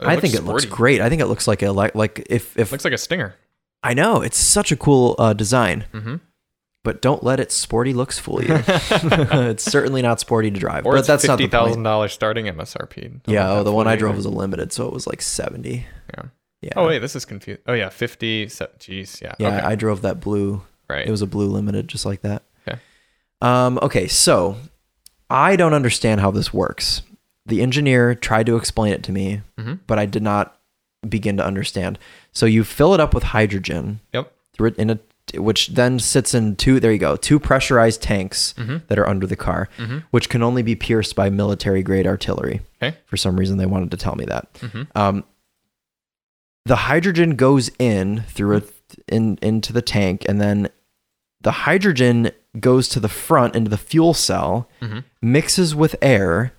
[SPEAKER 2] I think it looks
[SPEAKER 1] mm-hmm. sporty.
[SPEAKER 2] great. I think it looks like a like like if if
[SPEAKER 1] Looks like a stinger.
[SPEAKER 2] I know it's such a cool uh, design,
[SPEAKER 1] Mhm.
[SPEAKER 2] but don't let its sporty looks fool you. it's certainly not sporty to drive,
[SPEAKER 1] Or
[SPEAKER 2] but
[SPEAKER 1] it's
[SPEAKER 2] that's not
[SPEAKER 1] fifty
[SPEAKER 2] the point.
[SPEAKER 1] thousand dollars starting MSRP. Don't
[SPEAKER 2] Yeah,
[SPEAKER 1] let
[SPEAKER 2] oh,
[SPEAKER 1] that
[SPEAKER 2] the one
[SPEAKER 1] fool
[SPEAKER 2] I
[SPEAKER 1] you
[SPEAKER 2] drove
[SPEAKER 1] either.
[SPEAKER 2] was a limited, so it was like seventy.
[SPEAKER 1] Yeah.
[SPEAKER 2] Yeah.
[SPEAKER 1] Oh wait, this is confused. Oh yeah, fifty. Se- Jeez. Yeah.
[SPEAKER 2] yeah,
[SPEAKER 1] okay.
[SPEAKER 2] I drove that blue.
[SPEAKER 1] right.
[SPEAKER 2] It was a blue limited, just like that.
[SPEAKER 1] Okay.
[SPEAKER 2] Um. Okay. So, I don't understand how this works. The engineer tried to explain it to me,
[SPEAKER 1] Mhm.
[SPEAKER 2] but I did not begin to understand. So you fill it up with hydrogen,
[SPEAKER 1] Yep.
[SPEAKER 2] through it in a which then sits in two there you go two pressurized tanks
[SPEAKER 1] Mm-hmm.
[SPEAKER 2] that are under the car which can only be pierced by military grade artillery
[SPEAKER 1] Okay.
[SPEAKER 2] for some reason they wanted to tell me that
[SPEAKER 1] Mm-hmm.
[SPEAKER 2] um, the hydrogen goes in through a th- in into the tank and then the hydrogen goes to the front into the fuel cell
[SPEAKER 1] Mm-hmm.
[SPEAKER 2] mixes with air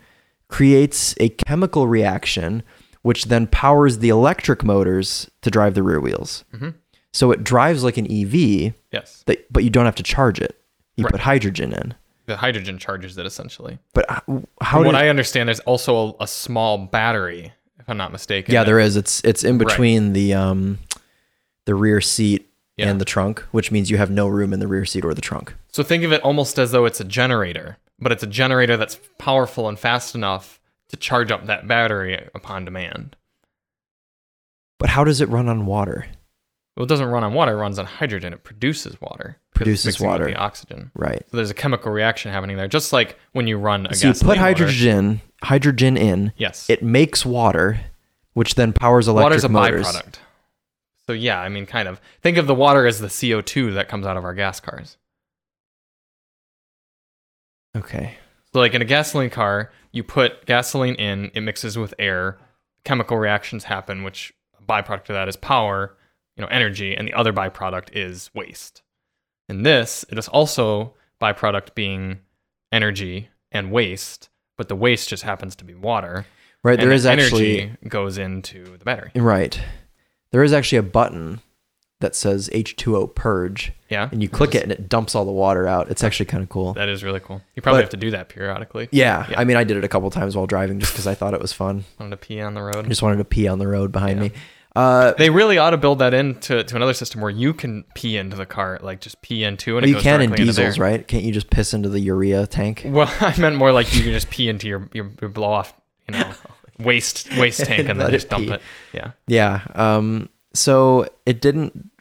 [SPEAKER 2] creates a chemical reaction which then powers the electric motors to drive the rear wheels
[SPEAKER 1] Mm-hmm.
[SPEAKER 2] so it drives like an EV,
[SPEAKER 1] Yes.
[SPEAKER 2] that, but you don't have to charge it. You
[SPEAKER 1] Right.
[SPEAKER 2] put hydrogen in.
[SPEAKER 1] The hydrogen charges it essentially.
[SPEAKER 2] But h- how
[SPEAKER 1] From
[SPEAKER 2] did?
[SPEAKER 1] what I understand, there's also a, a small battery, if I'm not mistaken.
[SPEAKER 2] yeah, there is. It's it's in between the um, the rear seat and the trunk, which means you have no room in the rear seat or the trunk.
[SPEAKER 1] So think of it almost as though it's a generator, but it's a generator that's powerful and fast enough to charge up that battery upon demand.
[SPEAKER 2] But how does it run on water?
[SPEAKER 1] Well, it doesn't run on water; it runs on hydrogen. It produces water. 'cause it's
[SPEAKER 2] Produces
[SPEAKER 1] mixing with
[SPEAKER 2] water.
[SPEAKER 1] The oxygen.
[SPEAKER 2] Right.
[SPEAKER 1] So there's a chemical reaction happening there, just like when you run a
[SPEAKER 2] So you
[SPEAKER 1] gasoline
[SPEAKER 2] put
[SPEAKER 1] motor.
[SPEAKER 2] hydrogen hydrogen in.
[SPEAKER 1] Yes.
[SPEAKER 2] It makes water, which then powers electric
[SPEAKER 1] Water's a
[SPEAKER 2] motors.
[SPEAKER 1] byproduct. So yeah, I mean, kind of. Think of the water as the CO2 that comes out of our gas cars.
[SPEAKER 2] Okay.
[SPEAKER 1] So like in a gasoline car, you put gasoline in, it mixes with air, chemical reactions happen, which a byproduct of that is power, you know, energy, and the other byproduct is waste. In this, it is also byproduct being energy and waste, but the waste just happens to be water.
[SPEAKER 2] Right.
[SPEAKER 1] and
[SPEAKER 2] There
[SPEAKER 1] the
[SPEAKER 2] is actually
[SPEAKER 1] energy goes into the battery.
[SPEAKER 2] right. There is actually a button that says H2O purge.
[SPEAKER 1] Yeah.
[SPEAKER 2] and you click it and it dumps all the water out. It's actually kind of cool.
[SPEAKER 1] That is really cool. You probably
[SPEAKER 2] But-
[SPEAKER 1] have to do that periodically.
[SPEAKER 2] Yeah,
[SPEAKER 1] Yeah.
[SPEAKER 2] I mean, I did it a couple times while driving just because I thought it was fun.
[SPEAKER 1] Wanted to pee on the
[SPEAKER 2] I
[SPEAKER 1] road.
[SPEAKER 2] just wanted to pee on the road behind me. Uh,
[SPEAKER 1] They really ought to build that into to another system where you can pee into the car, like just pee into it.
[SPEAKER 2] but
[SPEAKER 1] and it
[SPEAKER 2] you
[SPEAKER 1] goes
[SPEAKER 2] can in
[SPEAKER 1] directly into
[SPEAKER 2] diesels,
[SPEAKER 1] there.
[SPEAKER 2] right? Can't you just piss into the urea tank?
[SPEAKER 1] Well, I meant more like you can just pee into your your, your blow off, you know, waste waste tank, and
[SPEAKER 2] Let
[SPEAKER 1] then
[SPEAKER 2] it
[SPEAKER 1] just dump
[SPEAKER 2] pee.
[SPEAKER 1] it. Yeah,
[SPEAKER 2] Yeah. Um, so it didn't.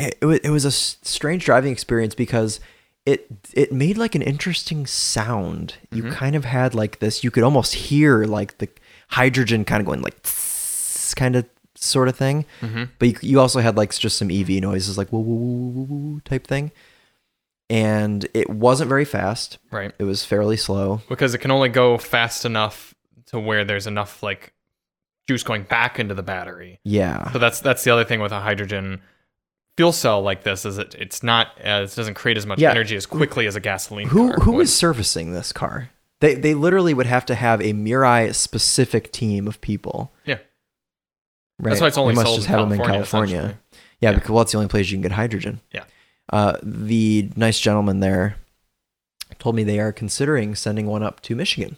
[SPEAKER 2] It, it, was, it was a s- strange driving experience because it it made like an interesting sound. You kind of had like this. You could almost hear like the hydrogen kind of going like tss, kind of sort of thing. But you, you also had like just some EV noises like woo woo woo woo woo woo type thing. And it wasn't very fast.
[SPEAKER 1] right.
[SPEAKER 2] It was fairly slow.
[SPEAKER 1] Because it can only go fast enough to where there's enough like juice going back into the battery.
[SPEAKER 2] Yeah.
[SPEAKER 1] So that's that's the other thing with a hydrogen fuel cell like this is it it's not as doesn't create as much
[SPEAKER 2] Yeah.
[SPEAKER 1] energy as quickly as a gasoline
[SPEAKER 2] Who
[SPEAKER 1] car
[SPEAKER 2] who
[SPEAKER 1] would.
[SPEAKER 2] is servicing this car? They they literally would have to have a Mirai specific team of people.
[SPEAKER 1] Yeah.
[SPEAKER 2] Right.
[SPEAKER 1] That's why it's only
[SPEAKER 2] they must
[SPEAKER 1] sold
[SPEAKER 2] just
[SPEAKER 1] in
[SPEAKER 2] have them in
[SPEAKER 1] California,
[SPEAKER 2] California.
[SPEAKER 1] essentially.
[SPEAKER 2] Yeah,
[SPEAKER 1] Yeah.
[SPEAKER 2] because well, that's the only place you can get hydrogen.
[SPEAKER 1] Yeah.
[SPEAKER 2] Uh, the nice gentleman there told me they are considering sending one up to Michigan,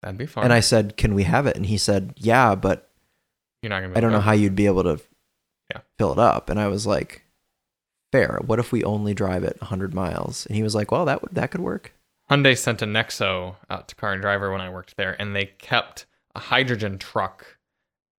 [SPEAKER 1] that'd be fun
[SPEAKER 2] and I said, "Can we have it?" And he said, "Yeah, but
[SPEAKER 1] you're not gonna be "Oh,
[SPEAKER 2] I don't know
[SPEAKER 1] able to-
[SPEAKER 2] how you'd be able to
[SPEAKER 1] Yeah.
[SPEAKER 2] fill it up." And I was like, "Fair. What if we only drive it 100 miles?" And he was like, "Well, that would that could work."
[SPEAKER 1] Hyundai sent a Nexo out to Car and Driver when I worked there, and they kept a hydrogen truck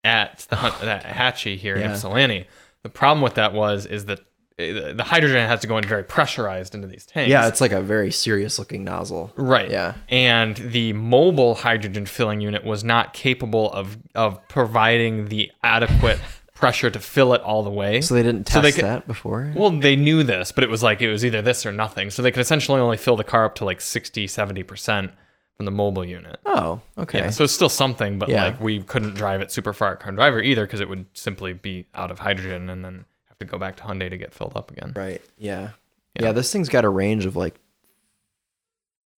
[SPEAKER 1] at the hun- that Hatchie here in
[SPEAKER 2] Oh, Yeah.
[SPEAKER 1] Ypsilanti. The problem with that was is that uh, the hydrogen has to go in very pressurized into these tanks.
[SPEAKER 2] Yeah, it's like a very serious looking nozzle.
[SPEAKER 1] Right.
[SPEAKER 2] Yeah.
[SPEAKER 1] And the mobile hydrogen filling unit was not capable of of providing the adequate pressure to fill it all the way.
[SPEAKER 2] So they didn't test
[SPEAKER 1] they could-
[SPEAKER 2] that before.
[SPEAKER 1] well, they knew this, but it was like it was either this or nothing. So they could essentially only fill the car up to like 60, 70% from the mobile unit.
[SPEAKER 2] Oh, okay.
[SPEAKER 1] Yeah, so it's still something, but
[SPEAKER 2] Yeah.
[SPEAKER 1] like we couldn't drive it super far at Car Driver either because it would simply be out of hydrogen and then have to go back to Hyundai to get filled up again.
[SPEAKER 2] Right. Yeah.
[SPEAKER 1] Yeah.
[SPEAKER 2] yeah. this thing's got a range of like.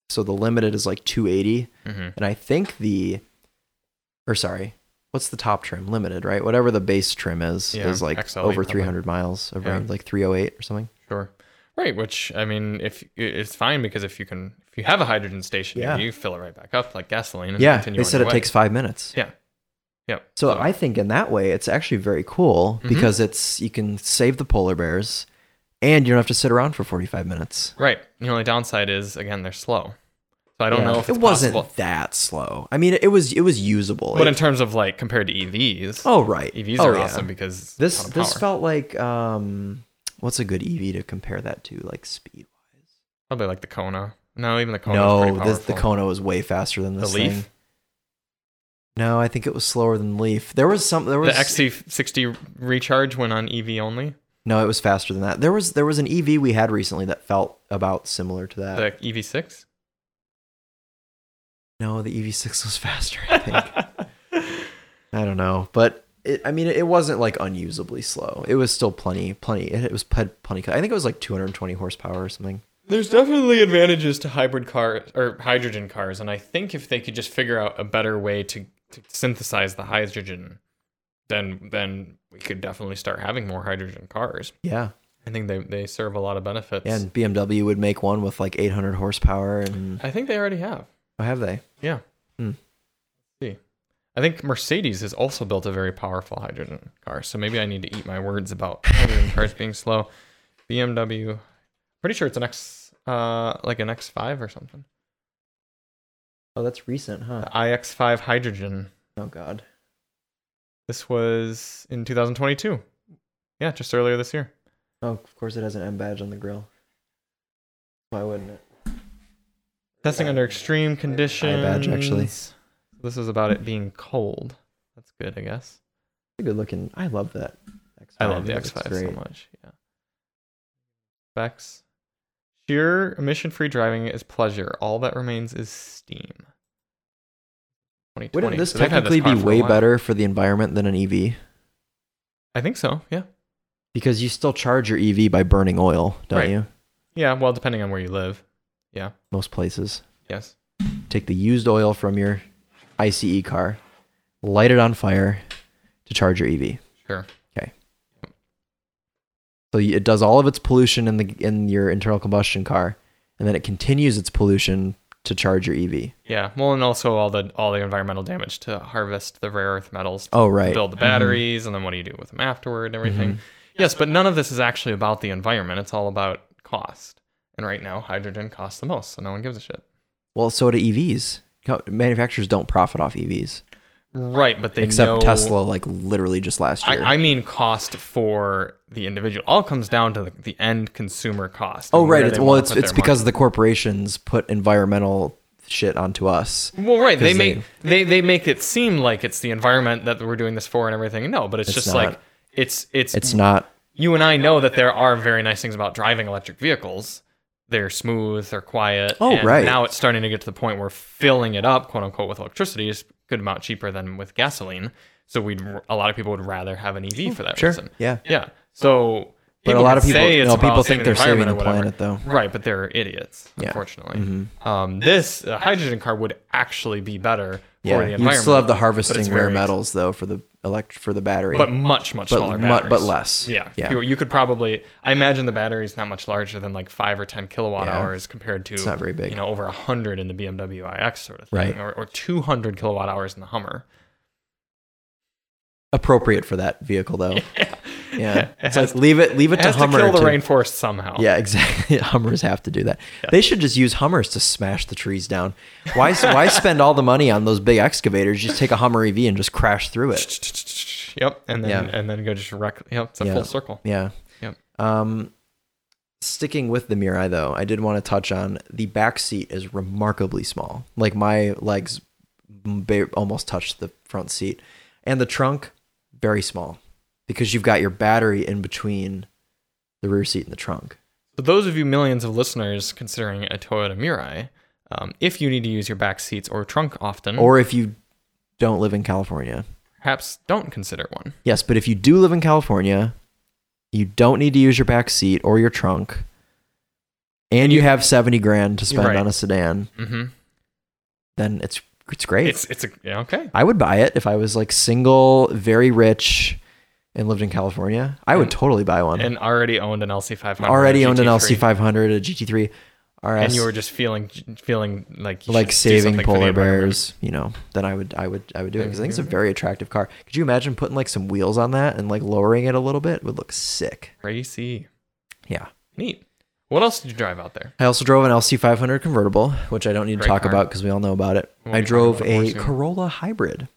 [SPEAKER 2] So the limited is like 280,
[SPEAKER 1] hmm
[SPEAKER 2] and I think the, or sorry, what's the top trim? Limited, right? Whatever the base trim is,
[SPEAKER 1] Yeah,
[SPEAKER 2] is like
[SPEAKER 1] XLE
[SPEAKER 2] over
[SPEAKER 1] probably.
[SPEAKER 2] 300 miles of
[SPEAKER 1] Yeah.
[SPEAKER 2] range, like 308 or something.
[SPEAKER 1] Sure. Right, which I mean, if it's fine because if you can, if you have a hydrogen station,
[SPEAKER 2] Yeah.
[SPEAKER 1] you fill it right back up like gasoline. And
[SPEAKER 2] Yeah,
[SPEAKER 1] continue
[SPEAKER 2] they
[SPEAKER 1] on
[SPEAKER 2] said
[SPEAKER 1] your
[SPEAKER 2] it
[SPEAKER 1] way.
[SPEAKER 2] takes five minutes.
[SPEAKER 1] Yeah. Yep.
[SPEAKER 2] So I think in that way, it's actually very cool
[SPEAKER 1] Mm-hmm.
[SPEAKER 2] because it's you can save the polar bears, and you don't have to sit around for 45 minutes.
[SPEAKER 1] right. The only downside is again they're slow. So I don't
[SPEAKER 2] Yeah.
[SPEAKER 1] know if it's
[SPEAKER 2] it wasn't
[SPEAKER 1] possible.
[SPEAKER 2] that slow. I mean, it was it was usable.
[SPEAKER 1] But
[SPEAKER 2] It-
[SPEAKER 1] in terms of like compared to E EVs,
[SPEAKER 2] oh right,
[SPEAKER 1] EVs
[SPEAKER 2] oh,
[SPEAKER 1] are
[SPEAKER 2] yeah.
[SPEAKER 1] awesome because it's a
[SPEAKER 2] This
[SPEAKER 1] ton of
[SPEAKER 2] this
[SPEAKER 1] power.
[SPEAKER 2] felt like um, what's a good EV to compare that to, like speed?
[SPEAKER 1] probably like the Kona. No, even the Kona.
[SPEAKER 2] No, this, the
[SPEAKER 1] Kona.
[SPEAKER 2] Kona was way faster than
[SPEAKER 1] The
[SPEAKER 2] this
[SPEAKER 1] Leaf?
[SPEAKER 2] thing. No, I think it was slower than Leaf. There was some. There was
[SPEAKER 1] The E XC60 recharge went on EV only.
[SPEAKER 2] no. It was faster than that. There was there was an EV we had recently that felt about similar to that.
[SPEAKER 1] The E EV6.
[SPEAKER 2] no, the EV6 was faster. I think. I don't know, but it, I mean, it wasn't like unusably slow. It was still plenty, plenty. It was had plenty. I think it was like 220 horsepower or something.
[SPEAKER 1] There's definitely advantages to hybrid cars or hydrogen cars, and I think if they could just figure out a better way to, to synthesize the hydrogen, then then we could definitely start having more hydrogen cars.
[SPEAKER 2] Yeah,
[SPEAKER 1] I think they, they serve a lot of benefits.
[SPEAKER 2] yeah. And BMW would make one with like 800 horsepower, and
[SPEAKER 1] I think they already have.
[SPEAKER 2] oh, have they?
[SPEAKER 1] Yeah.
[SPEAKER 2] Hmm.
[SPEAKER 1] see. I think Mercedes has also built a very powerful hydrogen car, so maybe I need to eat my words about hydrogen cars being slow. BMW, pretty sure it's an X, uh, like an X5 or something. Uh,
[SPEAKER 2] Oh, that's recent, huh?
[SPEAKER 1] The iX5 hydrogen.
[SPEAKER 2] Oh God.
[SPEAKER 1] This was in 2022. Yeah, just earlier this year.
[SPEAKER 2] Oh, of course it has an M badge on the grill. Why wouldn't it?
[SPEAKER 1] Testing under extreme conditions.
[SPEAKER 2] badge, actually.
[SPEAKER 1] This is about it being cold. That's good, I guess.
[SPEAKER 2] It's a good looking. I love that. X5.
[SPEAKER 1] I love the
[SPEAKER 2] It looks
[SPEAKER 1] X5 so
[SPEAKER 2] great.
[SPEAKER 1] much. Yeah. Specs. Sheer emission-free driving is pleasure. All that remains is steam. 2020.
[SPEAKER 2] Wouldn't this
[SPEAKER 1] So they've had
[SPEAKER 2] technically
[SPEAKER 1] car
[SPEAKER 2] be
[SPEAKER 1] for a
[SPEAKER 2] way
[SPEAKER 1] while.
[SPEAKER 2] better for the environment than an E EV?
[SPEAKER 1] I think so. Yeah.
[SPEAKER 2] Because you still charge your EV by burning oil, don't
[SPEAKER 1] Right.
[SPEAKER 2] you?
[SPEAKER 1] Yeah. Well, depending on where you live.
[SPEAKER 2] Most places.
[SPEAKER 1] Yes.
[SPEAKER 2] Take the used oil from your ICE car, light it on fire to charge your E EV.
[SPEAKER 1] Sure.
[SPEAKER 2] So you- it does all of its pollution in the in your internal combustion car, and then it continues its pollution to charge your E EV.
[SPEAKER 1] Yeah. Well, and also all the all the environmental damage to harvest the rare earth metals
[SPEAKER 2] Oh right. Mm-hmm.
[SPEAKER 1] build the batteries and then what do you do with them afterward and everything. Yes, but none of this is actually about the environment. It's all about cost. And right now, hydrogen costs the most, so no one gives a shit.
[SPEAKER 2] Mm-hmm. Well, so do EVs. Co- Manufacturers don't profit off EVs,
[SPEAKER 1] Right, but they
[SPEAKER 2] except
[SPEAKER 1] know-
[SPEAKER 2] Tesla, like literally just last year.
[SPEAKER 1] I, I mean, cost for the individual. All comes down to the, the end consumer cost.
[SPEAKER 2] oh
[SPEAKER 1] and where
[SPEAKER 2] right.
[SPEAKER 1] they
[SPEAKER 2] It's,
[SPEAKER 1] wanna
[SPEAKER 2] well, it's
[SPEAKER 1] put
[SPEAKER 2] it's
[SPEAKER 1] their
[SPEAKER 2] because the corporations put environmental shit onto us.
[SPEAKER 1] money. well, right. They
[SPEAKER 2] 'cause
[SPEAKER 1] make they, they make it seem like it's the environment that we're doing this for and everything. No, but it's,
[SPEAKER 2] It's
[SPEAKER 1] just
[SPEAKER 2] not.
[SPEAKER 1] like it's it's
[SPEAKER 2] It's not.
[SPEAKER 1] you and I know that there are very nice things about driving electric vehicles. They're smooth, they're quiet.
[SPEAKER 2] Oh,
[SPEAKER 1] and
[SPEAKER 2] right.
[SPEAKER 1] Now it's starting to get to the point where filling it up, quote unquote, with electricity is a good amount cheaper than with gasoline. So we'd a lot of people would rather have an EV for that
[SPEAKER 2] Oh, Sure.
[SPEAKER 1] reason.
[SPEAKER 2] Yeah.
[SPEAKER 1] Yeah. So,
[SPEAKER 2] But a lot of
[SPEAKER 1] can
[SPEAKER 2] people,
[SPEAKER 1] say it's
[SPEAKER 2] no,
[SPEAKER 1] about
[SPEAKER 2] people think they're saving the
[SPEAKER 1] environment or
[SPEAKER 2] planet,
[SPEAKER 1] whatever.
[SPEAKER 2] though.
[SPEAKER 1] Right, but they're idiots,
[SPEAKER 2] Yeah. Mm-hmm.
[SPEAKER 1] unfortunately. Um, this uh, hydrogen car would actually be better for the
[SPEAKER 2] Yeah,
[SPEAKER 1] environment.
[SPEAKER 2] you still have the
[SPEAKER 1] but it's
[SPEAKER 2] harvesting rare
[SPEAKER 1] very-
[SPEAKER 2] metals though for the elect for the battery.
[SPEAKER 1] but much much smaller
[SPEAKER 2] mu-
[SPEAKER 1] batteries.
[SPEAKER 2] but less.
[SPEAKER 1] Yeah,
[SPEAKER 2] Yeah.
[SPEAKER 1] You, you could probably. I imagine the battery's not much larger than like five or ten kilowatt
[SPEAKER 2] Yeah.
[SPEAKER 1] hours compared to it's
[SPEAKER 2] not very big.
[SPEAKER 1] You know, over hundred in the BMW iX sort of thing,
[SPEAKER 2] Right.
[SPEAKER 1] or, or two hundred kilowatt hours in the Hummer.
[SPEAKER 2] Appropriate for that vehicle though. Yeah, it's like leave it leave it,
[SPEAKER 1] It has
[SPEAKER 2] to
[SPEAKER 1] to
[SPEAKER 2] Hummer
[SPEAKER 1] kill the
[SPEAKER 2] to-
[SPEAKER 1] rainforest somehow.
[SPEAKER 2] Yeah, exactly. Hummers have to do that. They should just use Hummers to smash the trees down. Why why spend all the money on those big excavators? Just take a Hummer EV and just crash through it.
[SPEAKER 1] Yep. And then
[SPEAKER 2] Yeah.
[SPEAKER 1] and then go just wreck. Yep. It's a
[SPEAKER 2] Yeah.
[SPEAKER 1] full circle.
[SPEAKER 2] Yeah.
[SPEAKER 1] Yep.
[SPEAKER 2] Um, sticking with the Mirai though, I did want to touch on the back seat is remarkably small. Like my legs ba- almost touched the front seat, and the trunk very small because you've got your battery in between the rear seat and the trunk.
[SPEAKER 1] For those of you millions of listeners considering a Toyota Mirai, um, if you need to use your back seats or trunk often,
[SPEAKER 2] Or if you don't live in California,
[SPEAKER 1] perhaps don't consider one.
[SPEAKER 2] yes, but if you do live in California, you don't need to use your back seat or your trunk. And you have 70 grand to spend
[SPEAKER 1] Right.
[SPEAKER 2] on a sedan,
[SPEAKER 1] Mm-hmm.
[SPEAKER 2] then it's it's great.
[SPEAKER 1] It's it's a yeah, okay.
[SPEAKER 2] I would buy it if I was like single, very rich, and lived in California. I would
[SPEAKER 1] And-
[SPEAKER 2] totally buy one.
[SPEAKER 1] And already owned an LC500.
[SPEAKER 2] Already owned an
[SPEAKER 1] GT3,
[SPEAKER 2] LC500, a GT3 RS,
[SPEAKER 1] And you were just feeling feeling like you should
[SPEAKER 2] like
[SPEAKER 1] do
[SPEAKER 2] saving
[SPEAKER 1] something for the
[SPEAKER 2] polar
[SPEAKER 1] environment.
[SPEAKER 2] bears. You know, then I would, I would, I would do it because I think it's a
[SPEAKER 1] Mhm.
[SPEAKER 2] very attractive car. Could you imagine putting like some wheels on that and like lowering it a little bit? would look sick.
[SPEAKER 1] Crazy.
[SPEAKER 2] Yeah.
[SPEAKER 1] Neat. What else did you drive out there?
[SPEAKER 2] I also drove an LC500 convertible, which I don't need to
[SPEAKER 1] Great
[SPEAKER 2] talk
[SPEAKER 1] car.
[SPEAKER 2] about because we all know about it.
[SPEAKER 1] We'll
[SPEAKER 2] I
[SPEAKER 1] be talking
[SPEAKER 2] drove
[SPEAKER 1] about it more
[SPEAKER 2] a
[SPEAKER 1] soon.
[SPEAKER 2] Corolla hybrid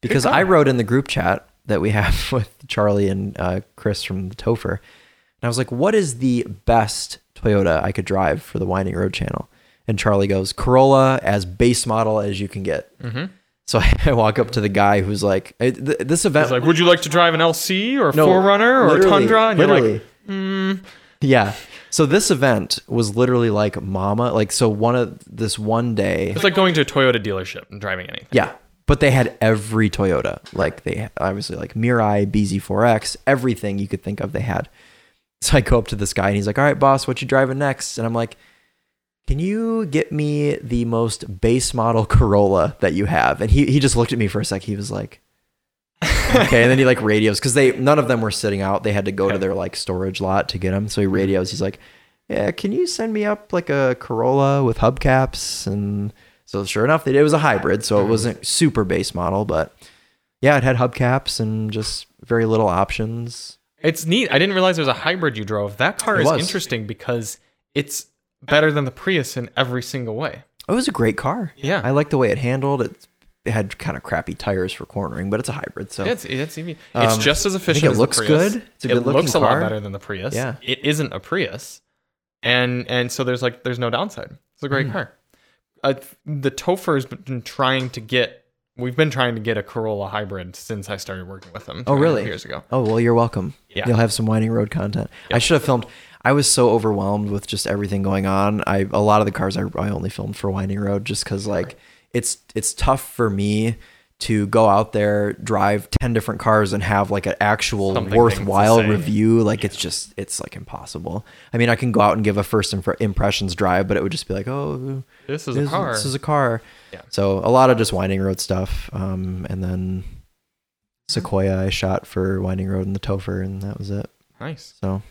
[SPEAKER 2] because
[SPEAKER 1] car.
[SPEAKER 2] I wrote in the group chat that we have with Charlie and uh, Chris from the Topher. And I was like, what is the best Toyota I could drive for the Winding Road channel? And Charlie goes, Corolla as base model as you can get.
[SPEAKER 1] Mm-hmm.
[SPEAKER 2] So I walk up to the guy who's like, I- th- this event.
[SPEAKER 1] It's like, would you like to drive an LC or a
[SPEAKER 2] No,
[SPEAKER 1] Forerunner or a
[SPEAKER 2] literally-
[SPEAKER 1] Tundra? And
[SPEAKER 2] literally.
[SPEAKER 1] you're like, mm,
[SPEAKER 2] yeah. So this event was literally like mama. Like, so one of this one day.
[SPEAKER 1] it's like going to a Toyota dealership and driving anything.
[SPEAKER 2] Yeah. But they had every Toyota. Like they obviously like Mirai, BZ4X, everything you could think of they had. So I go up to this guy and he's like, "All right, boss, what you driving next?" And I'm like, "Can you get me the most base model Corolla that you have?" And he he just looked at me for a sec. He was like, "Okay." and then he like radios cuz they none of them were sitting out. They had to go to their like storage lot to get them. So he radios. He's like, "Yeah, can you send me up like a Corolla with hubcaps?" And so sure enough, they did. It was a hybrid, so it wasn't super base model, but yeah, it had hubcaps and just very little options.
[SPEAKER 1] It's neat. I didn't realize there was a hybrid you drove. That car
[SPEAKER 2] It
[SPEAKER 1] is
[SPEAKER 2] was.
[SPEAKER 1] interesting because it's better than the Prius in every single way.
[SPEAKER 2] It was a great car.
[SPEAKER 1] Yeah.
[SPEAKER 2] I like the way it handled. It, it had kind of crappy tires for cornering, but it's a hybrid. So
[SPEAKER 1] Yeah, it's it's, EV.
[SPEAKER 2] Um,
[SPEAKER 1] it's just as efficient.
[SPEAKER 2] it
[SPEAKER 1] as
[SPEAKER 2] looks
[SPEAKER 1] the Prius.
[SPEAKER 2] good. It's a
[SPEAKER 1] it
[SPEAKER 2] good-looking
[SPEAKER 1] looks a lot
[SPEAKER 2] car.
[SPEAKER 1] better than the Prius.
[SPEAKER 2] Yeah.
[SPEAKER 1] It isn't a Prius, and and so there's like there's no downside. It's a great
[SPEAKER 2] Hmm.
[SPEAKER 1] car. Uh, the Topher has been trying to get. We've been trying to get a Corolla hybrid since I started working with them.
[SPEAKER 2] Oh,
[SPEAKER 1] two and a half
[SPEAKER 2] really?
[SPEAKER 1] Years ago.
[SPEAKER 2] oh, well, you're welcome.
[SPEAKER 1] Yeah.
[SPEAKER 2] You'll have some Winding Road content. I should have filmed. I was so overwhelmed with just everything going on. I a lot of the cars I, I only filmed for Winding Road just because like it's it's tough for me to go out there drive 10 different cars and have like an actual
[SPEAKER 1] Something
[SPEAKER 2] worthwhile
[SPEAKER 1] things to say.
[SPEAKER 2] review like it's just it's like impossible i mean i can go out and give a first impre- impressions drive but it would just be like oh
[SPEAKER 1] This is a car.
[SPEAKER 2] This is a car.
[SPEAKER 1] Yeah.
[SPEAKER 2] So a lot of just Winding Road stuff, um, and then
[SPEAKER 1] Mm-hmm.
[SPEAKER 2] Sequoia I shot for Winding Road and the Topher, and that was it.
[SPEAKER 1] nice.
[SPEAKER 2] So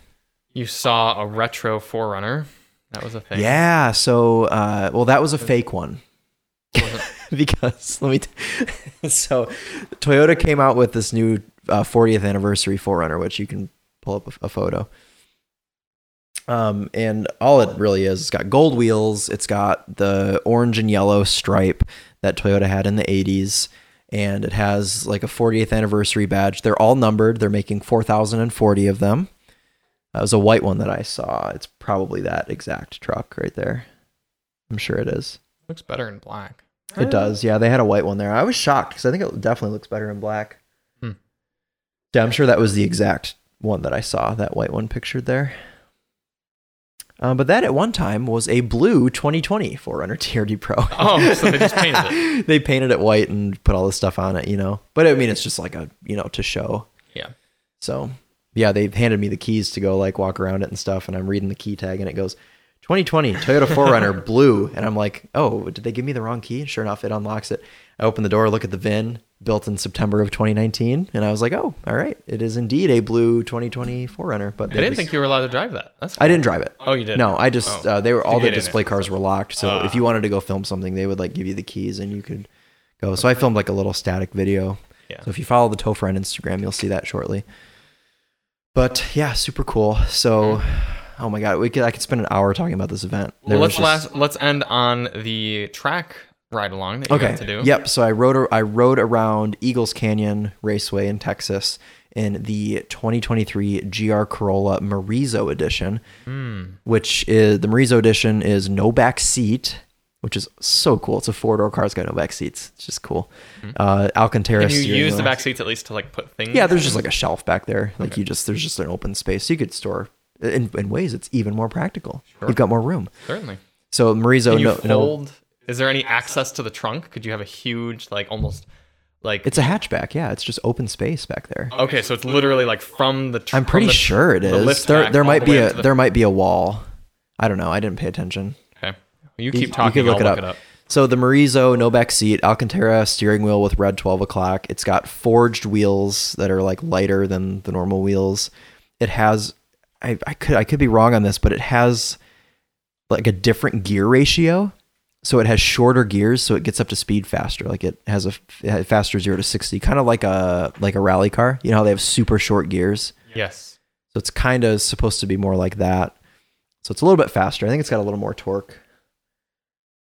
[SPEAKER 1] You saw a retro Forerunner. That was a thing.
[SPEAKER 2] yeah. So uh, well, that was a fake one
[SPEAKER 1] Was it-
[SPEAKER 2] because let me. T- so Toyota came out with this new uh, 40th anniversary Forerunner, which you can pull up a, a photo. Um, and all it really is, it's got gold wheels, it's got the orange and yellow stripe that Toyota had in the 80s, and it has like a 40th anniversary badge. They're all numbered, they're making 4,040 of them. That was a white one that I saw. It's probably that exact truck right there. I'm sure it is.
[SPEAKER 1] looks better in black.
[SPEAKER 2] It does. Yeah, they had a white one there. I was shocked because I think it definitely looks better in black.
[SPEAKER 1] Hmm.
[SPEAKER 2] Yeah, I'm sure that was the exact one that I saw, that white one pictured there. Um, but that at one time was a blue 2020 Forerunner TRD Pro.
[SPEAKER 1] Oh, so they just painted
[SPEAKER 2] it. they painted it white and put all this stuff on it, you know. But I mean, it's just like a, you know, to show.
[SPEAKER 1] Yeah.
[SPEAKER 2] So yeah, they handed me the keys to go like walk around it and stuff, and I'm reading the key tag and it goes 2020 Toyota 4Runner blue, and I'm like, oh, did they give me the wrong key? And sure enough, it unlocks it. I open the door, look at the VIN, built in September of 2019, and I was like, oh, all right, it is indeed a blue 2020 4Runner. But
[SPEAKER 1] I didn't think you were allowed to drive that. That's
[SPEAKER 2] I didn't drive it.
[SPEAKER 1] Oh, you did.
[SPEAKER 2] No, I just
[SPEAKER 1] Oh.
[SPEAKER 2] uh, they were all
[SPEAKER 1] You
[SPEAKER 2] the
[SPEAKER 1] get in it. Ah.
[SPEAKER 2] display cars were locked. So if you wanted to go film something, they would like give you the keys and you could go. So I filmed like a little static video.
[SPEAKER 1] Yeah.
[SPEAKER 2] So if you follow the Topher on Instagram, you'll see that shortly. But yeah, super cool. So, oh my god, we could I could spend an hour talking about this event. There
[SPEAKER 1] Hmm. Well,
[SPEAKER 2] was
[SPEAKER 1] let's
[SPEAKER 2] just-
[SPEAKER 1] last, let's end on the track ride along that you
[SPEAKER 2] Okay.
[SPEAKER 1] have to do.
[SPEAKER 2] Yep. So I rode I rode around Eagles Canyon Raceway in Texas in the 2023 GR Corolla Marizo edition,
[SPEAKER 1] Hmm.
[SPEAKER 2] which is the Marizo edition is no back seat, which is so cool. It's a four door car. It's got no back seats. It's just cool. Uh, Alcantara.
[SPEAKER 1] Hmm. And you
[SPEAKER 2] steering
[SPEAKER 1] use the
[SPEAKER 2] wheel.
[SPEAKER 1] back seats at least to like put things.
[SPEAKER 2] Yeah, there's just like a shelf back there. Like you just there's just an open space. You could store in, in ways it's even more practical. You've got more room.
[SPEAKER 1] certainly.
[SPEAKER 2] So Marizo,
[SPEAKER 1] Can you
[SPEAKER 2] Oh, no, no,
[SPEAKER 1] fold? Is there any access to the trunk? Could you have a huge like almost like
[SPEAKER 2] it's a hatchback. Yeah, it's just open space back there.
[SPEAKER 1] okay? So it's literally like from the. Tr-
[SPEAKER 2] I'm pretty
[SPEAKER 1] from the-
[SPEAKER 2] sure it
[SPEAKER 1] the
[SPEAKER 2] is.
[SPEAKER 1] lift
[SPEAKER 2] There,
[SPEAKER 1] rack
[SPEAKER 2] there
[SPEAKER 1] all
[SPEAKER 2] might
[SPEAKER 1] the
[SPEAKER 2] be
[SPEAKER 1] way
[SPEAKER 2] a
[SPEAKER 1] up to the-
[SPEAKER 2] there might be a wall. I don't know. I didn't pay attention.
[SPEAKER 1] Okay. You
[SPEAKER 2] You-
[SPEAKER 1] keep
[SPEAKER 2] you
[SPEAKER 1] talking.
[SPEAKER 2] can
[SPEAKER 1] I'll look it up.
[SPEAKER 2] So the Marizo no back seat Alcantara steering wheel with red 12 o'clock. It's got forged wheels that are like lighter than the normal wheels. It has I, I could I could be wrong on this, but it has like a different gear ratio. So it has shorter gears, so it gets up to speed faster. Like it has a f- it has faster zero to sixty, kind of like a like a rally car. You know how they have super short gears.
[SPEAKER 1] Yes.
[SPEAKER 2] So it's kind of supposed to be more like that. So it's a little bit faster. I think it's got a little more torque.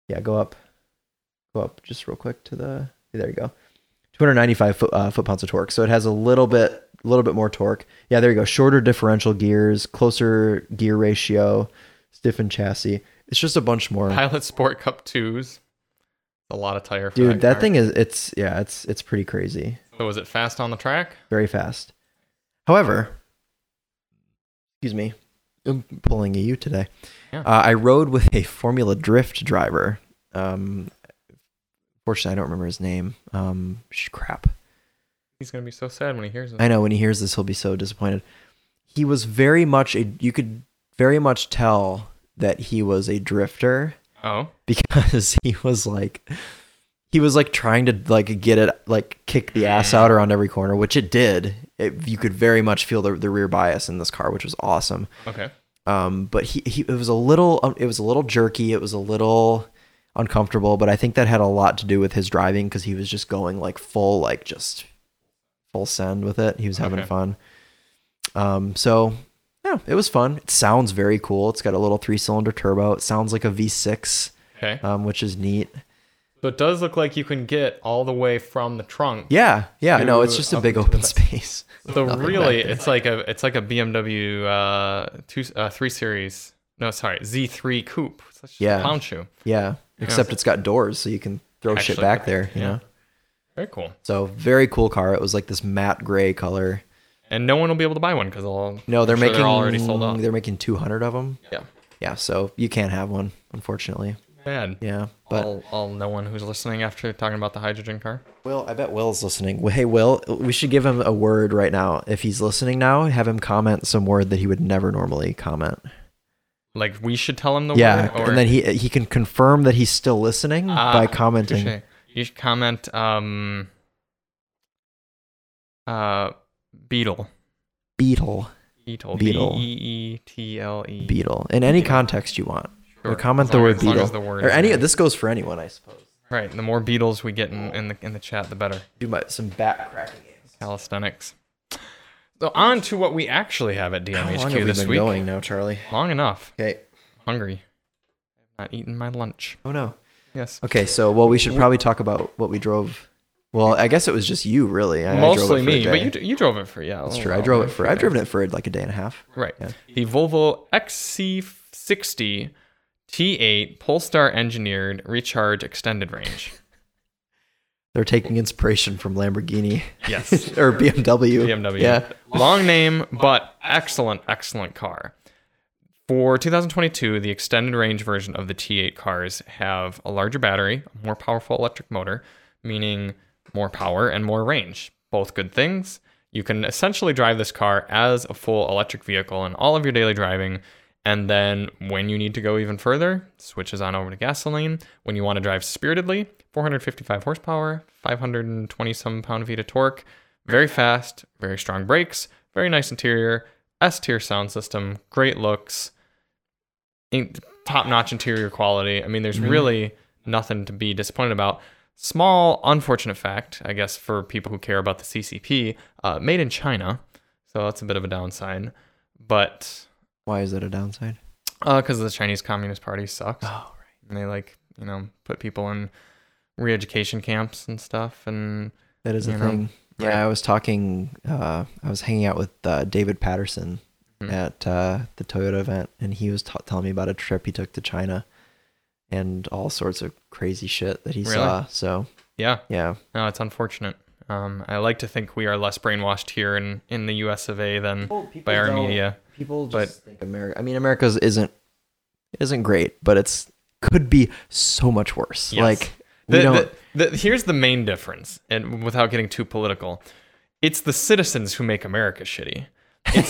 [SPEAKER 2] Yeah, go up. Go up just real quick to the. There you go. 295 foot, uh, foot pounds of torque. So it has a little bit, a little bit more torque. Yeah, there you go. Shorter differential gears, closer gear ratio, stiffened chassis. It's just a bunch more.
[SPEAKER 1] Pilot Sport Cup twos. A lot of tire. For
[SPEAKER 2] Dude,
[SPEAKER 1] car.
[SPEAKER 2] that thing is. It's yeah. It's it's pretty crazy.
[SPEAKER 1] So was it fast on the track?
[SPEAKER 2] very fast. However, excuse me, I'm pulling a U today.
[SPEAKER 1] Yeah.
[SPEAKER 2] Uh, I rode with a Formula Drift driver. Um, fortunately, I don't remember his name. Um, sh- crap.
[SPEAKER 1] He's gonna be so sad when he hears it.
[SPEAKER 2] I know when he hears this, he'll be so disappointed. He was very much a. You could very much tell that he was a drifter
[SPEAKER 1] Oh,
[SPEAKER 2] because he was like he was like trying to like get it like kick the ass out around every corner which it did it, you could very much feel the, the rear bias in this car which was awesome
[SPEAKER 1] okay.
[SPEAKER 2] um but he, he it was a little um, it was a little jerky it was a little uncomfortable but i think that had a lot to do with his driving because he was just going like full like just full send with it he was having
[SPEAKER 1] Okay.
[SPEAKER 2] fun um so yeah it was fun it sounds very cool it's got a little three cylinder turbo it sounds like a v6
[SPEAKER 1] Okay.
[SPEAKER 2] um, which is neat.
[SPEAKER 1] So it does look like you can get all the way from the trunk.
[SPEAKER 2] Yeah, yeah, no, it's
[SPEAKER 1] Dude,
[SPEAKER 2] just a
[SPEAKER 1] up
[SPEAKER 2] big
[SPEAKER 1] into the
[SPEAKER 2] open
[SPEAKER 1] best.
[SPEAKER 2] space.
[SPEAKER 1] So
[SPEAKER 2] Nothing
[SPEAKER 1] really,
[SPEAKER 2] back there.
[SPEAKER 1] it's like a it's like a BMW uh, two uh, three series. No, sorry, Z3 coupe. It's just
[SPEAKER 2] Yeah.
[SPEAKER 1] a pound shoe.
[SPEAKER 2] yeah, except it's got doors, so you can throw shit
[SPEAKER 1] Actually,
[SPEAKER 2] back there. You
[SPEAKER 1] yeah.
[SPEAKER 2] know,
[SPEAKER 1] Very cool.
[SPEAKER 2] so very cool car. It was like this matte gray color.
[SPEAKER 1] And no one will be able to buy one because all
[SPEAKER 2] No, they're
[SPEAKER 1] I'm sure
[SPEAKER 2] making
[SPEAKER 1] they're already sold out.
[SPEAKER 2] They're making two hundred of them.
[SPEAKER 1] Yeah,
[SPEAKER 2] Yeah, so you can't have one, unfortunately.
[SPEAKER 1] bad.
[SPEAKER 2] Yeah, but
[SPEAKER 1] All, all no one who's listening after talking about the hydrogen car.
[SPEAKER 2] Will, I bet Will's listening. Hey, Will, we should give him a word right now. If he's listening now, have him comment some word that he would never normally comment.
[SPEAKER 1] Like we should tell him the
[SPEAKER 2] yeah,
[SPEAKER 1] word.
[SPEAKER 2] and then he he can confirm that he's still listening
[SPEAKER 1] Ah,
[SPEAKER 2] by commenting.
[SPEAKER 1] touche. You should comment. Um. Uh, beetle.
[SPEAKER 2] Beetle.
[SPEAKER 1] Beetle.
[SPEAKER 2] Beetle.
[SPEAKER 1] B e e t l e.
[SPEAKER 2] beetle in any context you want.
[SPEAKER 1] Sure.
[SPEAKER 2] Or comment
[SPEAKER 1] As
[SPEAKER 2] the
[SPEAKER 1] long-
[SPEAKER 2] word
[SPEAKER 1] as long
[SPEAKER 2] beetle.
[SPEAKER 1] as the word
[SPEAKER 2] or
[SPEAKER 1] is
[SPEAKER 2] any
[SPEAKER 1] right.
[SPEAKER 2] this goes for anyone, I suppose.
[SPEAKER 1] Right. The more beetles we get in, in the in the chat, the better.
[SPEAKER 2] Do my, some back cracking.
[SPEAKER 1] Calisthenics. So on to what we actually have at DMHQ this week.
[SPEAKER 2] going now, Charlie?
[SPEAKER 1] Long enough.
[SPEAKER 2] Okay.
[SPEAKER 1] Hungry. I've not eaten my lunch.
[SPEAKER 2] Oh no.
[SPEAKER 1] Yes.
[SPEAKER 2] Okay, so well, we should probably talk about what we drove. Well, I guess it was just you, really. I, I drove it
[SPEAKER 1] Mostly
[SPEAKER 2] for a
[SPEAKER 1] me,
[SPEAKER 2] day.
[SPEAKER 1] but you, d- you drove it for yeah.
[SPEAKER 2] That's true. I drove it for. I've driven it for like a day and a half.
[SPEAKER 1] Right.
[SPEAKER 2] Yeah.
[SPEAKER 1] The Volvo XC60 T8 Polestar engineered recharge extended range.
[SPEAKER 2] They're taking inspiration from Lamborghini
[SPEAKER 1] Yes.
[SPEAKER 2] or BMW.
[SPEAKER 1] BMW.
[SPEAKER 2] Yeah.
[SPEAKER 1] Long name, but excellent, excellent car. For 2022, the extended range version of the T8 cars have a larger battery, a more powerful electric motor, meaning more power and more range. Both good things. You can essentially drive this car as a full electric vehicle in all of your daily driving. And then when you need to go even further, switches on over to gasoline. When you want to drive spiritedly, 455 horsepower, 520 some pound feet of torque, very fast, very strong brakes, very nice interior, S tier sound system, great looks, top notch interior quality. I mean, there's really nothing to be disappointed about. Small, unfortunate fact, I guess, for people who care about the CCP, uh, made in China. So that's a bit of a down sign. But
[SPEAKER 2] Why is that a downside?
[SPEAKER 1] because the Chinese Communist Party sucks,
[SPEAKER 2] Oh, right.
[SPEAKER 1] and they like you know put people in re-education camps and stuff, and
[SPEAKER 2] That is a
[SPEAKER 1] You know?
[SPEAKER 2] thing. Yeah, I was talking. Uh, I was hanging out with uh, David Patterson
[SPEAKER 1] Mhm.
[SPEAKER 2] at uh, the Toyota event, and he was ta telling me about a trip he took to China and all sorts of crazy shit that he
[SPEAKER 1] Really?
[SPEAKER 2] saw. So
[SPEAKER 1] yeah,
[SPEAKER 2] yeah,
[SPEAKER 1] no, it's unfortunate. Um, I like to think we are less brainwashed here in, in the U.S. of A. than by our media.
[SPEAKER 2] people
[SPEAKER 1] but-
[SPEAKER 2] just think America. I mean, America's isn't isn't great, but it's could be so much worse.
[SPEAKER 1] Yes.
[SPEAKER 2] Like we
[SPEAKER 1] The,
[SPEAKER 2] don't.
[SPEAKER 1] the- the- here's the main difference, and without getting too political, it's the citizens who make America shitty. It's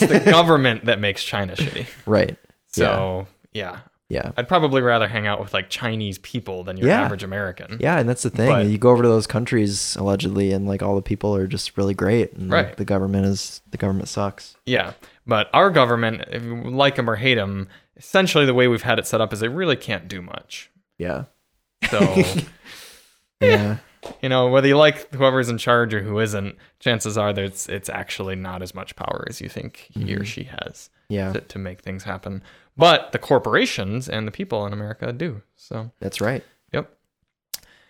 [SPEAKER 1] the government that makes China shitty.
[SPEAKER 2] right.
[SPEAKER 1] So yeah.
[SPEAKER 2] Yeah.
[SPEAKER 1] I'd probably rather hang out with like Chinese people than your
[SPEAKER 2] Yeah.
[SPEAKER 1] average American.
[SPEAKER 2] Yeah, and that's the thing.
[SPEAKER 1] But-
[SPEAKER 2] you go over to those countries allegedly, and like all the people are just really great, and like,
[SPEAKER 1] Right.
[SPEAKER 2] the government is the government sucks.
[SPEAKER 1] Yeah, but our government, if you like them or hate them, essentially the way we've had it set up is they really can't do much.
[SPEAKER 2] Yeah,
[SPEAKER 1] So
[SPEAKER 2] yeah,
[SPEAKER 1] you know whether you like whoever's in charge or who isn't, chances are that it's it's actually not as much power as you think he
[SPEAKER 2] Mm-hmm.
[SPEAKER 1] or she has
[SPEAKER 2] yeah.
[SPEAKER 1] to, to make things happen. But the corporations and the people in America do. So
[SPEAKER 2] That's right.
[SPEAKER 1] yep.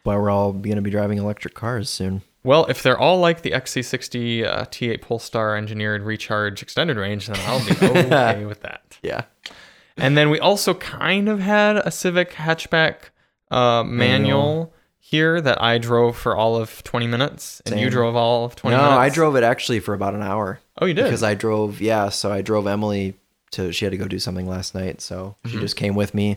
[SPEAKER 2] Why we're all gonna be driving electric cars soon.
[SPEAKER 1] Well, if they're all like the XC60 uh, T8 Polestar engineered recharge extended range, then I'll be okay with that.
[SPEAKER 2] Yeah,
[SPEAKER 1] And then we also kind of had a Civic hatchback uh, manual, here that I drove for all of 20 minutes, and you
[SPEAKER 2] Same.
[SPEAKER 1] drove all of 20
[SPEAKER 2] no,
[SPEAKER 1] minutes.
[SPEAKER 2] I drove it actually for about an hour
[SPEAKER 1] Oh, you did.
[SPEAKER 2] because I drove. Yeah, so I drove Emily to. She had to go do something last night, so she
[SPEAKER 1] Mm-hmm.
[SPEAKER 2] just came with me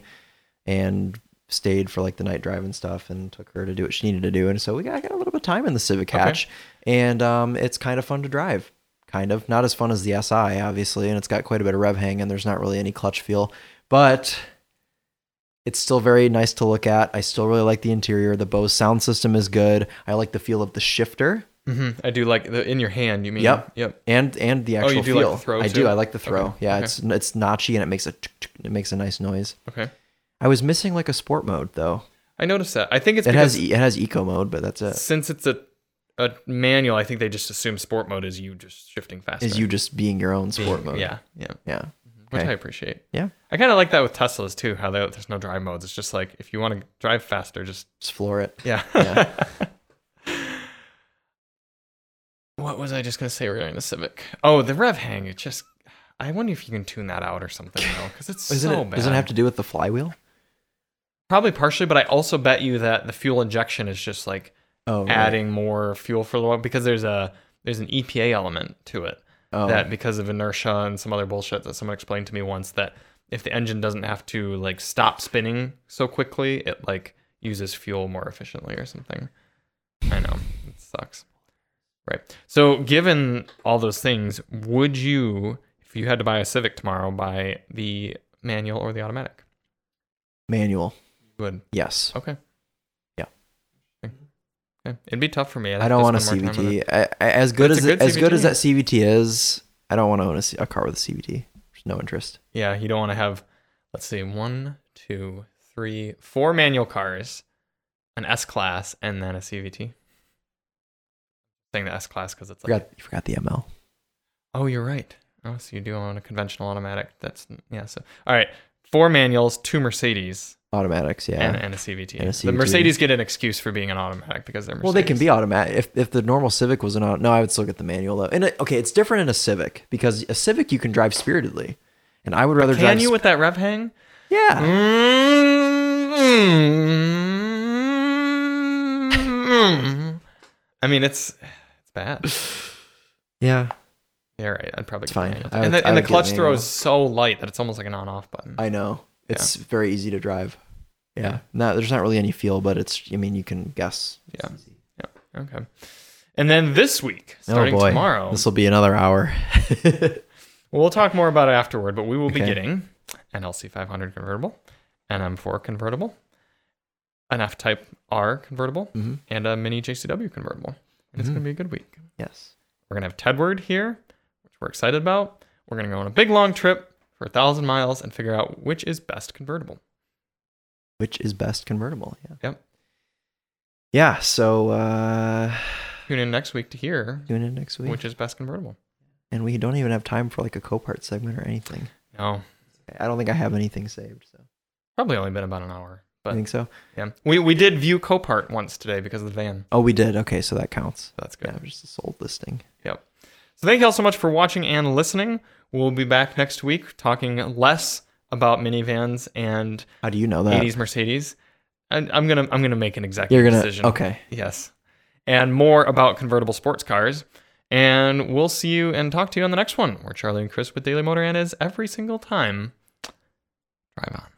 [SPEAKER 2] and stayed for like the night drive and stuff, and took her to do what she needed to do. And so we got, I got a little bit of time in the Civic Hatch, and um, it's kind of fun to drive. Kind of not as fun as the SI, obviously, and it's got quite a bit of rev hang, and there's not really any clutch feel, but it's still very nice to look at. I still really like the interior. The Bose sound system is good. I like the feel of the shifter
[SPEAKER 1] Mhm. I do like the in your hand. You mean?
[SPEAKER 2] Yep.
[SPEAKER 1] Yep.
[SPEAKER 2] and and the actual
[SPEAKER 1] Oh, you do like
[SPEAKER 2] feel.
[SPEAKER 1] the throw,
[SPEAKER 2] I
[SPEAKER 1] too?
[SPEAKER 2] do. I like the throw.
[SPEAKER 1] Okay,
[SPEAKER 2] Yeah,
[SPEAKER 1] okay.
[SPEAKER 2] it's it's notchy and it makes a tsk, tsk, it makes a nice noise.
[SPEAKER 1] Okay.
[SPEAKER 2] I was missing like a sport mode though.
[SPEAKER 1] I noticed that. I think it's
[SPEAKER 2] It
[SPEAKER 1] because
[SPEAKER 2] has e- it has eco mode, but that's it.
[SPEAKER 1] since it's a a manual, I think they just assume sport mode is you just shifting faster.
[SPEAKER 2] Is you just being your own sport mode?
[SPEAKER 1] Yeah. Yeah.
[SPEAKER 2] yeah,
[SPEAKER 1] Which
[SPEAKER 2] Okay.
[SPEAKER 1] I appreciate.
[SPEAKER 2] yeah.
[SPEAKER 1] I kind of like that with Teslas too. How there- there's no drive modes. It's just like if you want to drive faster, just
[SPEAKER 2] Just floor it.
[SPEAKER 1] Yeah.
[SPEAKER 2] Yeah.
[SPEAKER 1] what was I just gonna say regarding the Civic? Oh, the rev hang. It just. I wonder if you can tune that out or something though, because it's
[SPEAKER 2] Isn't
[SPEAKER 1] so
[SPEAKER 2] it?
[SPEAKER 1] bad.
[SPEAKER 2] Doesn't it have to do with the flywheel?
[SPEAKER 1] Probably partially, but I also bet you that the fuel injection is just like
[SPEAKER 2] Oh, right.
[SPEAKER 1] adding more fuel for the load because there's a there's an EPA element to it
[SPEAKER 2] Oh,
[SPEAKER 1] that because of inertia and some other bullshit that someone explained to me once that if the engine doesn't have to like stop spinning so quickly, it like uses fuel more efficiently or something. I know. It sucks. Right. So given all those things, would you if you had to buy a Civic tomorrow buy the manual or the automatic?
[SPEAKER 2] manual.
[SPEAKER 1] You would.
[SPEAKER 2] Yes.
[SPEAKER 1] Okay.
[SPEAKER 2] Yeah.
[SPEAKER 1] Okay. It'd be tough for me. I'd
[SPEAKER 2] I
[SPEAKER 1] have
[SPEAKER 2] don't want a
[SPEAKER 1] spend more time with it.
[SPEAKER 2] CVT. I, I, as good
[SPEAKER 1] It's
[SPEAKER 2] as
[SPEAKER 1] a good
[SPEAKER 2] as good as
[SPEAKER 1] CVT.
[SPEAKER 2] that CVT is, I don't want to own a, C- a car with a CVT. There's no interest.
[SPEAKER 1] Yeah, you don't want to have, let's see, one, two, three, four manual cars, an S class, and then a CVT. Saying the S class because it's like,
[SPEAKER 2] Forgot you forgot the ML.
[SPEAKER 1] oh, you're right. Oh, so you do own a conventional automatic. That's yeah. So all right, four manuals, two Mercedes,
[SPEAKER 2] Automatics. Yeah.
[SPEAKER 1] and, and a CVT.
[SPEAKER 2] And a
[SPEAKER 1] The
[SPEAKER 2] CVT.
[SPEAKER 1] Mercedes get an excuse for being an automatic because they're Mercedes.
[SPEAKER 2] Well, they can be automatic. If, if the normal Civic was an auto, no, I would still get the manual though. And it, okay, it's different in a Civic because a Civic you can drive spiritedly, and I would rather
[SPEAKER 1] Can
[SPEAKER 2] drive.
[SPEAKER 1] you
[SPEAKER 2] sp-
[SPEAKER 1] with that rev hang?
[SPEAKER 2] yeah,
[SPEAKER 1] Mm-hmm. I mean, it's it's bad.
[SPEAKER 2] yeah.
[SPEAKER 1] Mm-hmm. Yeah, right. I'd probably
[SPEAKER 2] It's
[SPEAKER 1] get the
[SPEAKER 2] fine.
[SPEAKER 1] manual.
[SPEAKER 2] I would-
[SPEAKER 1] and the,
[SPEAKER 2] I
[SPEAKER 1] and the
[SPEAKER 2] would get
[SPEAKER 1] clutch throw
[SPEAKER 2] manual.
[SPEAKER 1] is so light that it's almost like an on-off button.
[SPEAKER 2] I know. It's very easy to drive. Yeah. No, there's not really any feel, but it's. I mean, you can guess.
[SPEAKER 1] Yeah. yeah. Okay. And then this week, starting
[SPEAKER 2] oh boy.
[SPEAKER 1] tomorrow,
[SPEAKER 2] This will be another hour.
[SPEAKER 1] we'll talk more about it afterward. But we will be
[SPEAKER 2] Okay.
[SPEAKER 1] getting an LC 500 convertible, an M4 convertible, an F-Type R convertible,
[SPEAKER 2] Mhm.
[SPEAKER 1] and a Mini JCW convertible. And it's
[SPEAKER 2] Mm.
[SPEAKER 1] gonna be a good week.
[SPEAKER 2] yes.
[SPEAKER 1] We're gonna have Tedward here, which we're excited about. We're gonna go on a big long trip for a thousand miles and figure out which is best convertible.
[SPEAKER 2] Which is best convertible? Yeah.
[SPEAKER 1] Yep.
[SPEAKER 2] Yeah. So uh,
[SPEAKER 1] Tune in next week to hear
[SPEAKER 2] tune in next week.
[SPEAKER 1] which is best convertible.
[SPEAKER 2] and we don't even have time for like a Copart segment or anything.
[SPEAKER 1] No,
[SPEAKER 2] I don't think I have anything saved. So
[SPEAKER 1] probably only been about an hour.
[SPEAKER 2] I
[SPEAKER 1] But
[SPEAKER 2] think so.
[SPEAKER 1] yeah, we we did view Copart once today because of the van.
[SPEAKER 2] Oh, we did. Okay, so that counts.
[SPEAKER 1] So that's good.
[SPEAKER 2] Yeah, just a sold listing.
[SPEAKER 1] Yep. So thank you all so much for watching and listening. We'll be back next week talking less about minivans and
[SPEAKER 2] How do you know that?
[SPEAKER 1] 80s Mercedes. And I'm gonna I'm gonna make an executive
[SPEAKER 2] You're gonna
[SPEAKER 1] decision.
[SPEAKER 2] okay.
[SPEAKER 1] Yes. And more about convertible sports cars. And we'll see you and talk to you on the next one, where Charlie and Chris with Daily Motor and is every single time. Drive on.